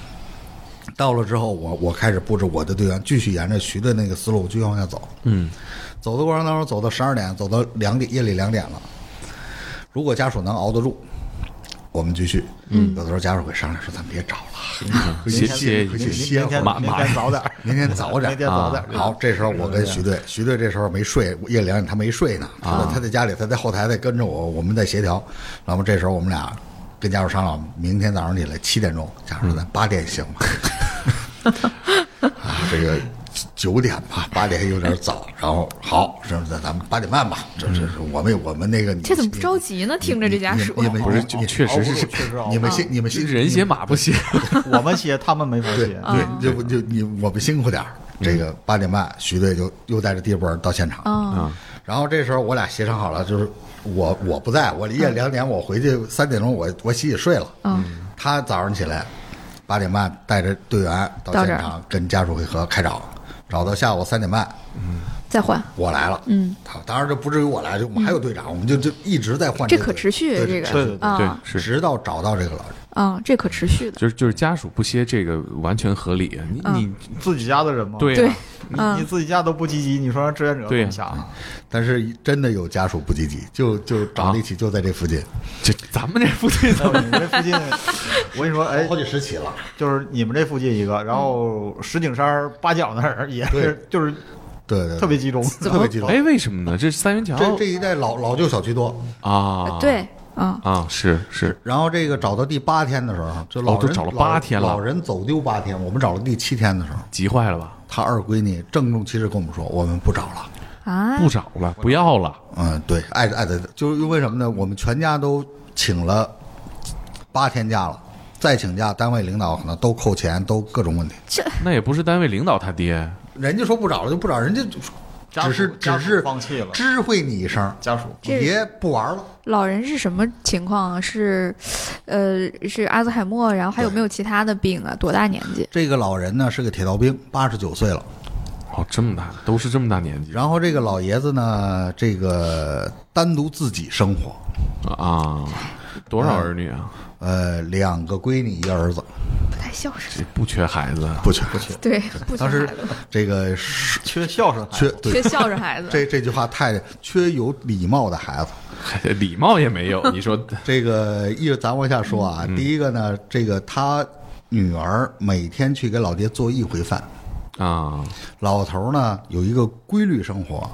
Speaker 2: 到了之后，我我开始布置我的队员，继续沿着徐的那个思路继续往下走。
Speaker 1: 嗯，
Speaker 2: 走的过程当中，走到十二点，走到两点，夜里两点了。如果家属能熬得住，我们继续。嗯，有的时候家属会商量说：“咱别找了，回
Speaker 1: 歇
Speaker 2: 去
Speaker 1: 歇
Speaker 2: 歇
Speaker 1: 一
Speaker 2: 回去
Speaker 1: 歇，
Speaker 2: 歇会儿
Speaker 6: 明天
Speaker 1: 马
Speaker 6: 明
Speaker 1: 马
Speaker 6: 天早点儿， [LAUGHS]
Speaker 2: 明天早点。”啊
Speaker 6: 明天早点儿。
Speaker 2: 好，这时候我跟徐队，徐队这时候没睡，夜里两点他没睡呢，
Speaker 6: 啊
Speaker 2: 他在他在家里，他在后台在跟着我，我们在协调。然后这时候我们俩跟家属商量，明天早上起来七点钟，家属说
Speaker 6: 嗯
Speaker 2: 咱八点行吗？ [LAUGHS] 啊，这个九点吧，八点有点早。然后好，这那咱们八点半吧，这这
Speaker 6: 嗯
Speaker 2: 是我们我们那个
Speaker 4: 这怎么不着急呢？听着这家属啊
Speaker 2: 你，们
Speaker 1: 不是就确实是
Speaker 6: 确实熬啊
Speaker 2: 你们辛你们辛
Speaker 1: 人歇马不歇，
Speaker 6: 我们歇，他们没法
Speaker 2: 对
Speaker 6: 歇。
Speaker 4: 嗯
Speaker 2: 对，就不就你我们辛苦点儿。这
Speaker 6: 嗯
Speaker 2: 个八点半，徐队就又带着第一波人到现场。
Speaker 4: 嗯
Speaker 2: 然后这时候我俩协商好了，就是我我不在，我夜里两点我回去三点钟我我洗洗睡了。
Speaker 4: 嗯，
Speaker 2: 他早上起来八点半带着队员到
Speaker 4: 到
Speaker 2: 现
Speaker 4: 这儿
Speaker 2: 场跟家属会合开找，找到下午三点半
Speaker 4: 再换，
Speaker 2: 我来了。
Speaker 4: 嗯
Speaker 2: 好，当然这不至于我来，就我们还有队长，我们就就一直在换
Speaker 4: 这
Speaker 2: 个队。
Speaker 4: 可持续，
Speaker 2: 对
Speaker 4: 这个
Speaker 6: 对对对
Speaker 1: 对
Speaker 4: 啊，
Speaker 1: 是
Speaker 2: 直到找到这个老人。
Speaker 4: 啊，这可持续的，
Speaker 1: 就是就是家属不歇，这个完全合理。你你
Speaker 6: 自己家的人嘛，
Speaker 1: 对
Speaker 4: 嗯对
Speaker 1: 啊，
Speaker 6: 你
Speaker 2: 嗯
Speaker 6: 你自己家都不积极，你说让志愿者
Speaker 1: 对
Speaker 6: 怎么想？
Speaker 2: 但是真的有家属不积极，就就
Speaker 6: 啊
Speaker 2: 找力气就在这附近，
Speaker 1: 这咱们这附
Speaker 2: [LAUGHS]
Speaker 1: 近
Speaker 6: 哎我们这附近， [LAUGHS] 我跟你说，哎
Speaker 2: 好，几十起了。
Speaker 6: 就是你们这附近一个，然后石景山儿八角那儿也是，就是
Speaker 2: 对对对，
Speaker 6: 特别集中。
Speaker 2: 特别激动。
Speaker 1: 哎，为什么呢？这三元桥
Speaker 2: 这这一带老老旧小区多，
Speaker 1: 啊，
Speaker 4: 对，啊，
Speaker 1: 啊，是是，
Speaker 2: 然后这个找到第八天的时候，就老
Speaker 1: 哦都
Speaker 2: 人、
Speaker 1: 找了八天了
Speaker 2: 老，老人走丢八天，我们找了第七天的时候，
Speaker 1: 急坏了吧？
Speaker 2: 他二闺女郑重其事跟我们说，我们不找了。
Speaker 4: 啊，
Speaker 1: 不找了，不要了。
Speaker 2: 嗯，对，爱爱的，就是因为什么呢？我们全家都请了八天假了，再请假，单位领导可能都扣钱，都各种问题。
Speaker 1: 那也不是单位领导他爹，
Speaker 2: 人家说不找了就不找，人家
Speaker 6: 家属
Speaker 2: 只是
Speaker 6: 家
Speaker 2: 只
Speaker 6: 属
Speaker 2: 是
Speaker 6: 放弃了，
Speaker 2: 知会你一声，
Speaker 6: 家属
Speaker 4: 这
Speaker 2: 爷不玩了。
Speaker 4: 老人是什么情况啊？是，呃，是阿兹海默，然后还有没有其他的病啊？多大年纪？
Speaker 2: 这个老人呢是个铁道兵，八十九岁了。
Speaker 1: 哦，这么大都是这么大年纪
Speaker 2: 然后这个老爷子呢，这个单独自己生活，
Speaker 1: 啊，多少儿女啊？
Speaker 2: 呃，两个闺女一儿子，
Speaker 4: 不太孝顺，
Speaker 1: 这不缺孩子，
Speaker 2: 不缺不缺。
Speaker 4: [LAUGHS] 对，不缺
Speaker 2: 当时
Speaker 4: 孩子，
Speaker 2: 这个是
Speaker 6: 缺孝顺，
Speaker 2: 缺
Speaker 4: 缺
Speaker 2: 对
Speaker 4: 孝顺孩子，
Speaker 2: 这这句话太缺有礼貌的孩子。
Speaker 1: 还礼貌也没有。你说
Speaker 2: [LAUGHS] 这个一咱往下说啊，第一个呢，这个他女儿每天去给老爹做一回饭，
Speaker 1: 啊，
Speaker 2: 老头儿呢有一个规律生活，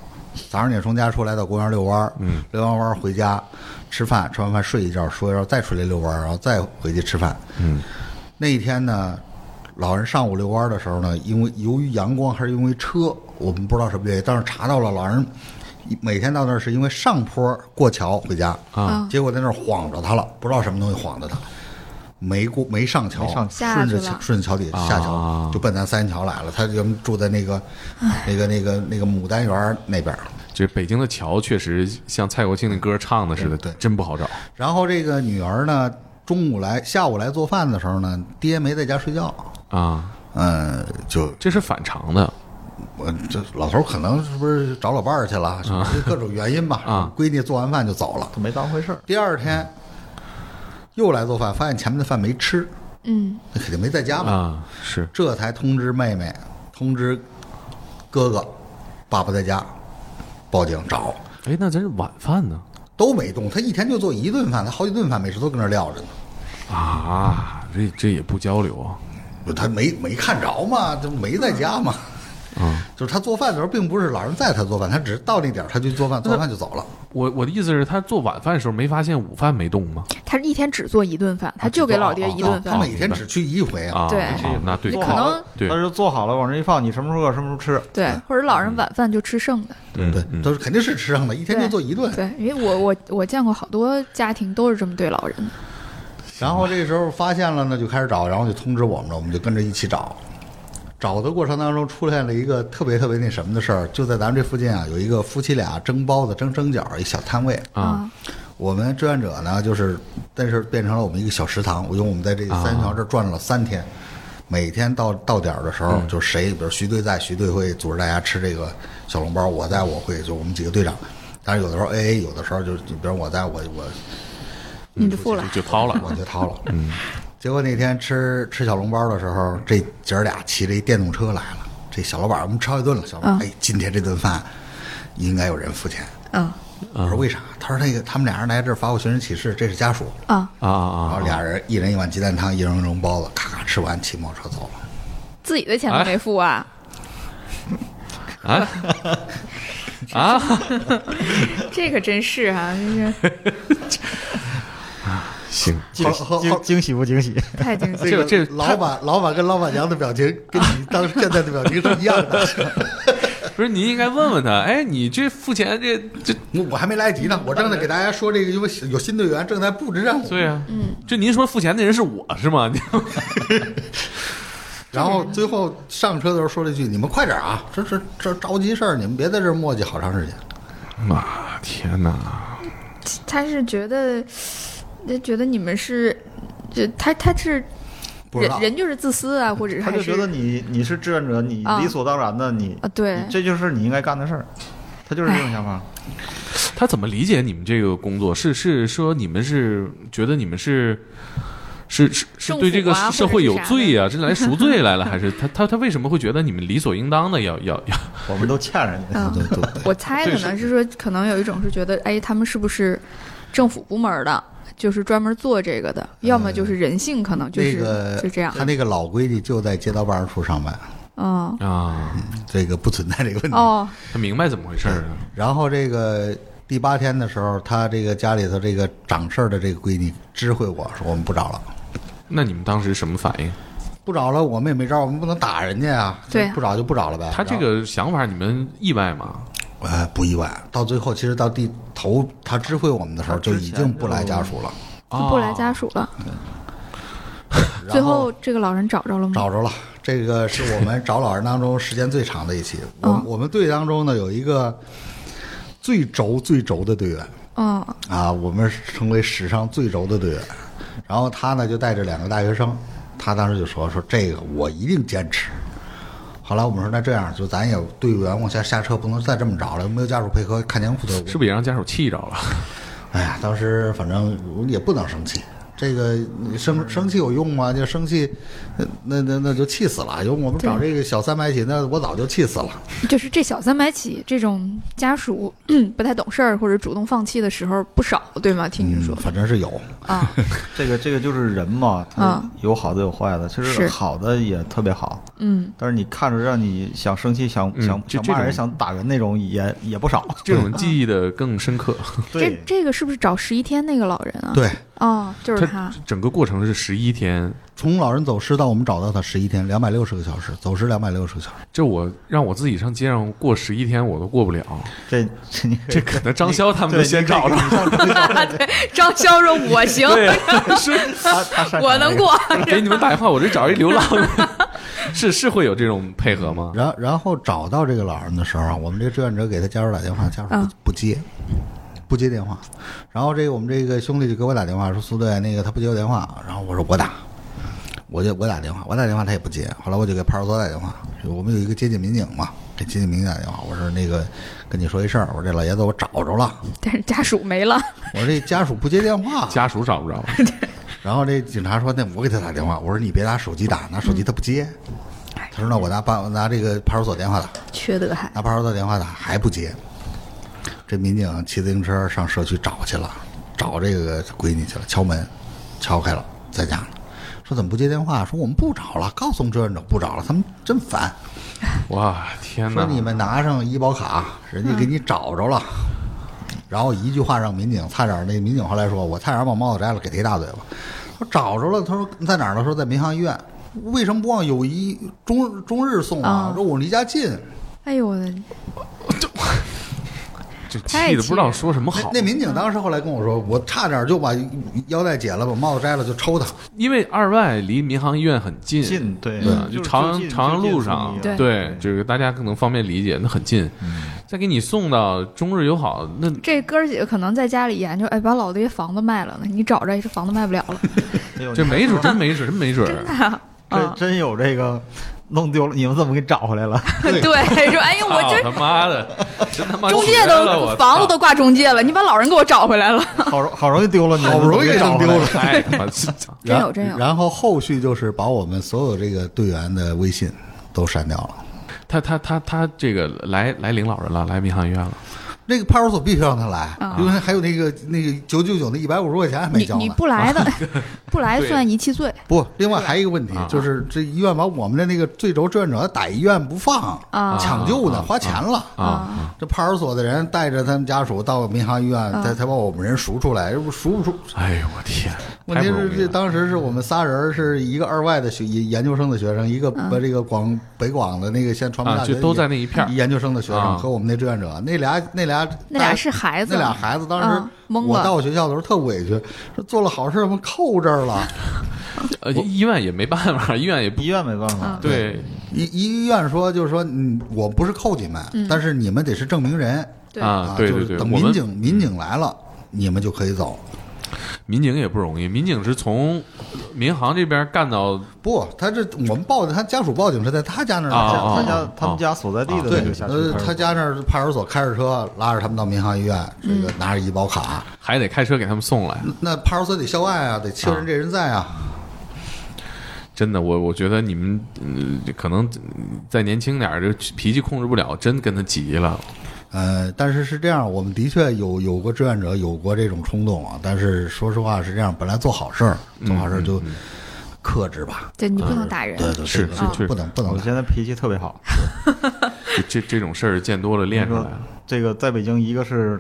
Speaker 2: 早上也从家出来到公园遛弯儿，嗯，遛完弯儿回家吃饭，吃完饭睡一觉，睡一觉再出来遛弯儿，然后再回去吃饭。嗯，那一天呢，老人上午遛弯儿的时候呢，因为由于阳光还是因为车，我们不知道什么原因，但是查到了老人每天到那儿是因为上坡过桥回家
Speaker 1: 啊，
Speaker 2: 结果在那儿晃着他了，不知道什么东西晃着他。没过没上桥，
Speaker 6: 没上
Speaker 4: 下
Speaker 2: 顺着
Speaker 4: 去
Speaker 2: 桥
Speaker 4: 了
Speaker 2: 顺着桥底下下桥、
Speaker 1: 啊
Speaker 2: 就奔咱三元桥来了。他原本住在那个那个那个那个牡丹园那边儿。
Speaker 1: 这北京的桥确实像蔡国庆那歌唱的似的，
Speaker 2: 对对
Speaker 1: 真不好找。
Speaker 2: 然后这个女儿呢，中午来下午来做饭的时候呢，爹没在家睡觉，
Speaker 1: 啊，
Speaker 2: 嗯，就
Speaker 1: 这是反常的
Speaker 2: 我这老头儿可能是不是找老伴儿去了，是不是各种原因吧。
Speaker 1: 啊
Speaker 2: 闺女做完饭就走了。
Speaker 6: 他没当回事儿。
Speaker 2: 第二天又来做饭，发现前面的饭没吃，
Speaker 4: 嗯，
Speaker 2: 那肯定没在家嘛。
Speaker 1: 啊，是
Speaker 2: 这才通知妹妹，通知哥哥，爸爸在家，报警找，
Speaker 1: 哎，那咱是晚饭呢？
Speaker 2: 都没动。他一天就做一顿饭，他好几顿饭没吃，都跟那儿撂着呢。
Speaker 1: 啊，这这也不交流啊，
Speaker 2: 不他没没看着嘛，就没在家嘛。
Speaker 1: 啊，
Speaker 2: [LAUGHS] 就是他做饭的时候，并不是老人在他做饭，他只是到那点儿他就做饭，做完饭就走了。
Speaker 1: 我我的意思是，他做晚饭的时候没发现午饭没动吗？
Speaker 4: 他一天只做一顿饭，
Speaker 2: 啊
Speaker 4: 他就给哦老爹一顿
Speaker 2: 他
Speaker 4: 饭，
Speaker 2: 每天只去一回啊。
Speaker 1: 啊，
Speaker 4: 对
Speaker 6: 哦
Speaker 1: 啊那对，
Speaker 4: 你可能
Speaker 1: 对
Speaker 6: 他是做好了往这一放，你什么时候饿什么时候吃。
Speaker 4: 对，或者老人晚饭就吃剩的，
Speaker 1: 嗯
Speaker 2: 对，
Speaker 1: 嗯
Speaker 2: 都是肯定是吃上的，一天就做一顿。
Speaker 4: 对，因为我我我见过好多家庭都是这么对老人的，
Speaker 2: 然后这时候发现了呢，就开始找，然后就通知我们了，我们就跟着一起找。找的过程当中出现了一个特别特别那什么的事儿，就在咱们这附近啊，有一个夫妻俩蒸包子、蒸蒸饺一小摊位。
Speaker 4: 嗯
Speaker 1: 啊，
Speaker 2: 我们志愿者呢，就是但是变成了我们一个小食堂，因为我们在这个三元桥这儿转了三天，每天到到点儿的时候，就谁比如徐队在，徐队会组织大家吃这个小笼包；我在，我会就我们几个队长。但是有的时候 A A，有的时候就就比如我在我我
Speaker 4: 你就付了，
Speaker 1: 就掏了
Speaker 2: [LAUGHS] 我就掏了。嗯，结果那天吃吃小笼包的时候，这姐儿俩骑着一电动车来了。这小老板，我们吃好几顿了。小老板，哎，今天这顿饭应该有人付钱。
Speaker 4: 嗯
Speaker 2: 我说为啥？他说那个他们俩人来这儿发过寻人启事，这是家属。
Speaker 4: 啊，
Speaker 1: 啊啊
Speaker 2: 然后
Speaker 1: 啊！
Speaker 2: 俩人一人一碗鸡蛋汤，一人一笼包子，咔咔吃完，骑摩托车走了。
Speaker 4: 自己的钱都没付啊，
Speaker 1: 哎
Speaker 4: [LAUGHS]
Speaker 1: 啊，
Speaker 4: 这可真是啊，真是
Speaker 1: 行，
Speaker 6: 惊
Speaker 2: 后后
Speaker 6: 惊
Speaker 2: 后
Speaker 6: 惊喜不惊喜？
Speaker 4: 太精彩了。
Speaker 1: 这个这
Speaker 2: 个老板老板跟老板娘的表情跟你当时现在的表情是一样的。
Speaker 1: 不是您应该问问他，哎，你这付钱这这，
Speaker 2: [LAUGHS] 我我还没来得及呢，我正在给大家说这个，因为有新队员正在布置任务。
Speaker 1: 对啊，嗯，这您说付钱的人是我是吗？ [LAUGHS]
Speaker 2: 然后最后上车的时候说了一句：“你们快点啊，这这这着急事儿，你们别在这儿磨叽好长时间。
Speaker 1: 妈天哪！
Speaker 4: 他是觉得，他觉得你们是，就他他是”
Speaker 2: 不知
Speaker 4: 人
Speaker 2: 道，
Speaker 4: 人就是自私啊，或者是
Speaker 6: 他
Speaker 4: 还
Speaker 6: 就是觉得你你是志愿者，你
Speaker 4: 啊
Speaker 1: 嗯
Speaker 6: 理所当然的，你
Speaker 4: 啊
Speaker 1: 呃
Speaker 4: 对
Speaker 6: 你这就是你应该干的事儿。他就是这种想
Speaker 1: 哎
Speaker 6: 法。
Speaker 1: 他怎么理解你们这个工作？是是说你们是觉得你们是是是是对这个
Speaker 4: 政府啊
Speaker 1: 社会有罪
Speaker 4: 或
Speaker 1: 啊，是来赎罪来了，还
Speaker 4: [LAUGHS]
Speaker 1: 是他他他为什么会觉得你们理所应当的要要要？
Speaker 6: 我们都欠人
Speaker 1: [LAUGHS]
Speaker 6: 家。
Speaker 4: 嗯
Speaker 2: 对对对，
Speaker 4: 我猜的呢，是说可能有一种是觉得，哎，他们是不是政府部门儿的，就是专门做这个的，要么就是人性，可能就
Speaker 2: 呃那
Speaker 4: 是、
Speaker 2: 个
Speaker 4: 就这样，
Speaker 2: 他那个老闺女就在街道办事处上班，
Speaker 4: 嗯，
Speaker 1: 啊，
Speaker 2: 这个不存在这个问题。
Speaker 4: 哦，
Speaker 1: 他明白怎么回事儿啊了
Speaker 2: 然后这个第八天的时候，他这个家里头这个长事儿的这个闺女知会我说：“我们不找了，
Speaker 1: 那你们当时什么反应？
Speaker 2: 不找了，我们也没招儿，我们不能打人家呀。
Speaker 4: 对啊
Speaker 2: 不找就不找了呗。”
Speaker 1: 他这个想法你们意外吗？
Speaker 2: 呃不意外，到最后其实到第头他知会我们的时候，
Speaker 6: 他之
Speaker 2: 就
Speaker 6: 前
Speaker 2: 已经不来家属了。
Speaker 4: 就不来家属了。
Speaker 2: 哦嗯然
Speaker 4: 最后这个老人找着了吗？
Speaker 2: 找着了，这个是我们找老人当中时间最长的一期。我
Speaker 4: 嗯
Speaker 2: 我们队当中呢有一个最轴最轴的队员
Speaker 4: 嗯，
Speaker 2: 啊，我们成为史上最轴的队员。然后他呢就带着两个大学生，他当时就说说这个我一定坚持。后来我们说那这样，就咱也队员往下下车，不能再这么找了，没有家属配合，看监护的。
Speaker 1: 是不是也让家属气着了？ [LAUGHS]
Speaker 2: 哎呀，当时反正我也不能生气，这个你生生气有用吗？就生气，呃那那那就气死了。有我们找这个小三百起，那我早就气死了。
Speaker 4: 就是这小三百起这种家属 [CLEARS THROAT] 不太懂事儿或者主动放弃的时候不少，对吗？听您
Speaker 2: 嗯
Speaker 4: 说，
Speaker 2: 反正是有，
Speaker 4: 啊，
Speaker 6: 这个这个就是人嘛，他
Speaker 4: 嗯
Speaker 6: 有好的有坏的，其
Speaker 4: 是
Speaker 6: 实好的也特别好， [LAUGHS]
Speaker 4: 嗯，
Speaker 6: 但是你看着让你想生气、想
Speaker 1: 嗯
Speaker 6: 想
Speaker 1: 就
Speaker 6: 想
Speaker 1: 这
Speaker 6: 骂人、
Speaker 1: 种
Speaker 6: 想打人那种也也不少。
Speaker 1: 这种记忆的更深刻。
Speaker 4: 这这个是不是找十一天那个老人啊？
Speaker 2: 对，
Speaker 4: 哦，就是他，
Speaker 1: 整个过程是十一天，
Speaker 2: 从老人走失到我们找到他十一天，两百六十个小时，走失两百六十个小时。
Speaker 1: 这我让我自己上街上过十一天我都过不了， [LAUGHS]
Speaker 6: 这这你
Speaker 1: 这可能张潇他们都先找
Speaker 4: [LAUGHS]
Speaker 1: 了， [LAUGHS]
Speaker 4: 对张潇说：“我行，
Speaker 1: 啊
Speaker 4: [LAUGHS]
Speaker 6: 他他擅长
Speaker 4: 我能过。
Speaker 1: [LAUGHS] 给你们打电话，我这找一流浪，是是会有这种配合吗？
Speaker 2: 然然后找到这个老人的时候啊，我们这个志愿者给他家属打电话，家属不、
Speaker 4: 嗯
Speaker 2: 不接，不接电话。然后这个我们这个兄弟就给我打电话说苏队那个他不接我电话，然后我说我打，我就我打电话，我打电话他也不接。后来我就给派出所打电话，我们有一个接近民警嘛，给接近民警打电话，我说那个跟你说一事儿，我说这老爷子我找着了，”
Speaker 4: 但是家属没了，
Speaker 2: 我说这家属不接电话，
Speaker 1: 家属找不着，
Speaker 2: 然后这警察说：“那我给他打电话。”我说：“你别拿手机打，拿手机他不接。他说：“那我拿办我拿这个派出所电话打，
Speaker 4: 缺德还
Speaker 2: 拿派出所电话打还不接。”这民警骑自行车上社区找去了，找这个闺女去了，敲门，敲开了，在家呢。说怎么不接电话？说我们不找了，告诉我们志愿者不找了，他们真烦。
Speaker 1: 哇天
Speaker 2: 说
Speaker 1: 哪！
Speaker 2: 你们拿上医保卡，人家给你找着了，然后一句话让民警差点儿，那民警后来说，我差点儿把帽子摘了，给他一大嘴巴。说找着了，他说在哪儿呢？说在民航医院。为什么不往友谊中中日送啊
Speaker 4: 啊？
Speaker 2: 说我离家近。
Speaker 4: 哎呦我的，
Speaker 1: 就
Speaker 4: 太
Speaker 1: 气的不知道说什么
Speaker 2: 那
Speaker 1: 好。
Speaker 2: 那民警当时后来跟我说，我差点就把腰带解了，把帽子摘了，就抽他。
Speaker 1: 因为二外离民航医院很近，
Speaker 6: 近对
Speaker 1: 对
Speaker 6: 就
Speaker 1: 就是朝
Speaker 6: 就
Speaker 1: 阳
Speaker 6: 近
Speaker 1: 朝阳
Speaker 6: 就近啊
Speaker 1: 路
Speaker 6: 送
Speaker 1: 上
Speaker 6: 医，
Speaker 4: 对
Speaker 1: 对，就是大家可能方便理解，那很近。再给你送到中日友好，那
Speaker 4: 这哥儿几个可能在家里研究，哎，把老子一房子卖了呢，你找着也是房子卖不了了，
Speaker 6: 哎呦
Speaker 1: 这
Speaker 6: 你
Speaker 1: 没准儿，真没准儿，真没准儿。
Speaker 6: 这
Speaker 4: 啊
Speaker 6: 真有这个弄丢了，你们怎么给找回
Speaker 4: [LAUGHS]
Speaker 6: 来了？
Speaker 4: 对，说哎呦我
Speaker 1: 操
Speaker 4: 这
Speaker 1: 他妈的，真啊他妈
Speaker 4: 中介
Speaker 1: 绝了
Speaker 4: 都
Speaker 1: 我
Speaker 4: 房
Speaker 1: 操
Speaker 4: 子都挂中介了，你把老人给我找回来了，
Speaker 6: 好容好容易丢了，你们
Speaker 2: 好不容易
Speaker 6: 怎么给
Speaker 2: 弄
Speaker 6: 找回
Speaker 2: 丢
Speaker 6: 来
Speaker 2: 了。
Speaker 1: 哎他妈这
Speaker 4: [LAUGHS] 真
Speaker 2: 然
Speaker 4: 有真有
Speaker 2: 然后后续就是把我们所有这个队员的微信都删掉了。
Speaker 1: 他他他他这个来来领老人了，来民航医院了。
Speaker 2: 那个派出所必须让他来，
Speaker 4: 啊
Speaker 2: 因为还有那个那个九九九那一百五十块钱还没
Speaker 4: 你
Speaker 2: 交
Speaker 4: 你
Speaker 2: 呢。
Speaker 4: 不来的，不来算遗弃罪
Speaker 2: 不，另外还有一个问题
Speaker 1: 啊，
Speaker 2: 就是这医院把我们的那个最轴志愿者逮医院不放，
Speaker 4: 啊
Speaker 2: 抢救呢，花钱了。
Speaker 1: 啊，
Speaker 2: 这派出所的人带着他们家属到民航医院，
Speaker 4: 嗯
Speaker 2: 才才把我们人赎出来，这不赎不出？
Speaker 1: 哎呦我天，
Speaker 2: 问
Speaker 1: 太
Speaker 2: 题
Speaker 1: 不
Speaker 2: 是
Speaker 1: 容易
Speaker 2: 这
Speaker 1: 了。
Speaker 2: 当时是我们仨人，是一个二外的学研究生的学生，一个
Speaker 4: 嗯
Speaker 2: 把这个广北广的那个县传媒
Speaker 1: 啊，
Speaker 2: 大学
Speaker 1: 就都在那一片儿
Speaker 2: 研究生的学生
Speaker 1: 啊
Speaker 2: 和我们那志愿者，那俩那俩
Speaker 4: 那俩
Speaker 2: 带
Speaker 4: 是孩子，
Speaker 2: 啊那俩孩子当时
Speaker 4: 嗯懵了
Speaker 2: 我到学校的时候特委屈，说做了好事怎么扣这儿了？
Speaker 1: 呃，医院也没办法，医 [LAUGHS] 院也不
Speaker 6: [LAUGHS] 医院没办
Speaker 4: 嗯
Speaker 6: 法，
Speaker 1: 对，
Speaker 2: 医医院说就是说，嗯，我不是扣你们，
Speaker 4: 嗯
Speaker 2: 但是你们得是证明人
Speaker 4: 对
Speaker 1: 啊
Speaker 2: 啊，，
Speaker 1: 对
Speaker 2: 就
Speaker 1: 对
Speaker 2: 是
Speaker 1: 对，
Speaker 2: 等
Speaker 1: 我
Speaker 2: 民
Speaker 1: 们
Speaker 2: 警民警来了，你们就可以走。
Speaker 1: 民警也不容易，民警是从民航这边干到
Speaker 2: 不，他这我们报的，他家属报警是在他家那儿
Speaker 1: 啊
Speaker 2: 的。
Speaker 1: 啊啊
Speaker 6: 他家他们家所在地
Speaker 2: 嗯
Speaker 6: 的
Speaker 2: 对
Speaker 6: 那个辖，区
Speaker 2: 呃，
Speaker 6: 派出
Speaker 2: 他
Speaker 6: 所
Speaker 2: 家那儿派出所开着车拉着他们到民航医院，这个拿着医保卡，
Speaker 1: 还得开车给他们送来。
Speaker 2: 那派出所得校外啊，得确认这人在啊。
Speaker 1: 真的，我我觉得你们、嗯可能嗯再年轻点儿，这脾气控制不了，真跟他急了。
Speaker 2: 呃，但是是这样，我们的确有有过志愿者，有过这种冲动啊。但是说实话是这样，本来做好事儿，做好事儿就克制吧。
Speaker 4: 对你不能打人，
Speaker 2: 对对，
Speaker 1: 是
Speaker 2: 对啊
Speaker 1: 是是
Speaker 2: 不能不能
Speaker 6: 我
Speaker 2: 打。
Speaker 6: 现在脾气特别好，
Speaker 1: 这这这种事儿见多了练出来了，
Speaker 6: 这个在北京，一个是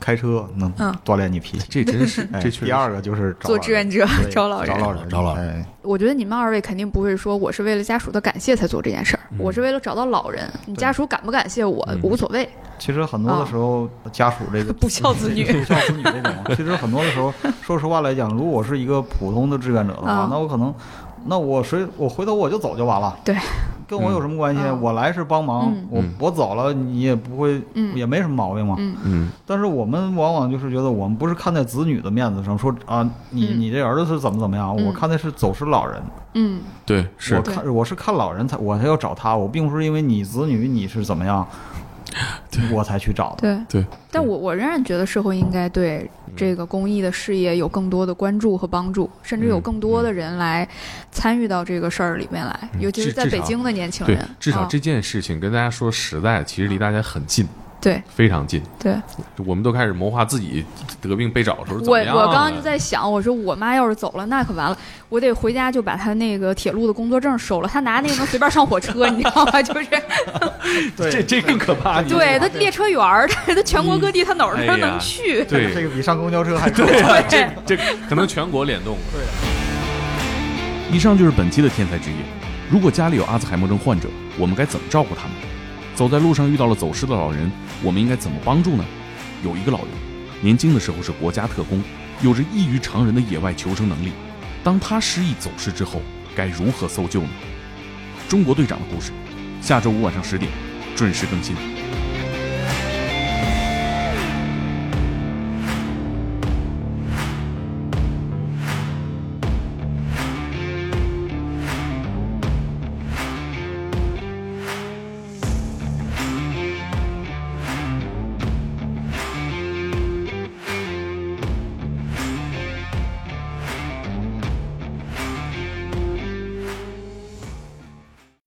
Speaker 6: 开车能
Speaker 4: 嗯
Speaker 6: 锻炼你脾气，
Speaker 1: 这真是
Speaker 6: 哎
Speaker 1: 这确实
Speaker 6: 第二个就是
Speaker 4: [LAUGHS]
Speaker 6: 找
Speaker 4: 做
Speaker 6: 老
Speaker 4: 志愿
Speaker 6: 人
Speaker 4: 者
Speaker 6: 对哎
Speaker 4: 招老
Speaker 6: 找
Speaker 4: 人。
Speaker 6: 老人
Speaker 2: 找老人
Speaker 6: 人，
Speaker 4: 我觉得你们二位肯定不会说我是为了家属的感谢才做这件事儿，我是为了找到老人，你家属感不感谢我
Speaker 1: 嗯
Speaker 4: 无所谓，
Speaker 6: 其实很多的时候，家属这个
Speaker 4: [LAUGHS] 不孝子女
Speaker 6: [LAUGHS] 不孝子女
Speaker 4: [LAUGHS]
Speaker 6: 这种，其实很多的时候，说实话来讲，如果我是一个普通的志愿者的话
Speaker 4: 啊，
Speaker 6: 那我可能，那我谁我回头我就走就完了，
Speaker 4: 对，
Speaker 6: 跟我有什么关系
Speaker 4: 嗯？
Speaker 6: 我来是帮忙
Speaker 4: 嗯，
Speaker 6: 我我走了你也不会，
Speaker 4: 嗯
Speaker 6: 也没什么毛病嘛。
Speaker 4: 嗯
Speaker 1: 嗯，
Speaker 6: 但是我们往往就是觉得，我们不是看在子女的面子上说啊，你
Speaker 4: 嗯
Speaker 6: 你这儿子是怎么怎么样，
Speaker 4: 嗯
Speaker 6: 我看的是走失老人，
Speaker 4: 嗯，
Speaker 1: 对
Speaker 6: 我
Speaker 1: 是
Speaker 6: 看我是看老人才我才要找他，我并不是因为你子女你是怎么样，我才去找的。
Speaker 4: 对
Speaker 1: 对。
Speaker 4: 但我我仍然觉得社会应该对这个公益的事业有更多的关注和帮助，甚至有更多的人来参与到这个事儿里面来，尤其是
Speaker 1: 至
Speaker 4: 在
Speaker 1: 至
Speaker 4: 北
Speaker 1: 少
Speaker 4: 京的年轻
Speaker 1: 对
Speaker 4: 人，，
Speaker 1: 至少
Speaker 4: 啊
Speaker 1: 这件事情跟大家说实在，其实离大家很近，
Speaker 4: 对
Speaker 1: 非常近。
Speaker 4: 对，
Speaker 1: 我们都开始谋划自己得病被找的时候怎
Speaker 4: 我
Speaker 1: 么样啊
Speaker 4: 我
Speaker 1: 了。
Speaker 4: 刚刚就在想，我说我妈要是走了，那可完了，我得回家就把她那个铁路的工作证收了。她拿那个能随便上
Speaker 1: [LAUGHS]
Speaker 4: 火车，你知道吗？就是
Speaker 1: 嗯这这更可怕。你
Speaker 4: 对她列车员儿，她她全国各地她哪儿
Speaker 1: 哎
Speaker 4: 都
Speaker 1: 呀
Speaker 4: 能去。
Speaker 1: 对
Speaker 6: 这个比上公交车还贵。
Speaker 4: 对，
Speaker 1: 啊
Speaker 4: 啊
Speaker 1: 这可能全国联动。对，以上就是本期的天才职业。如果家里有阿兹海默症患者，我们该怎么照顾他们？走在路上遇到了走失的老人，我们应该怎么帮助呢？有一个老人，年轻的时候是国家特工，有着异于常人的野外求生能力。当他失忆走失之后，该如何搜救呢？中国队长的故事，下周五晚上十点准时更新。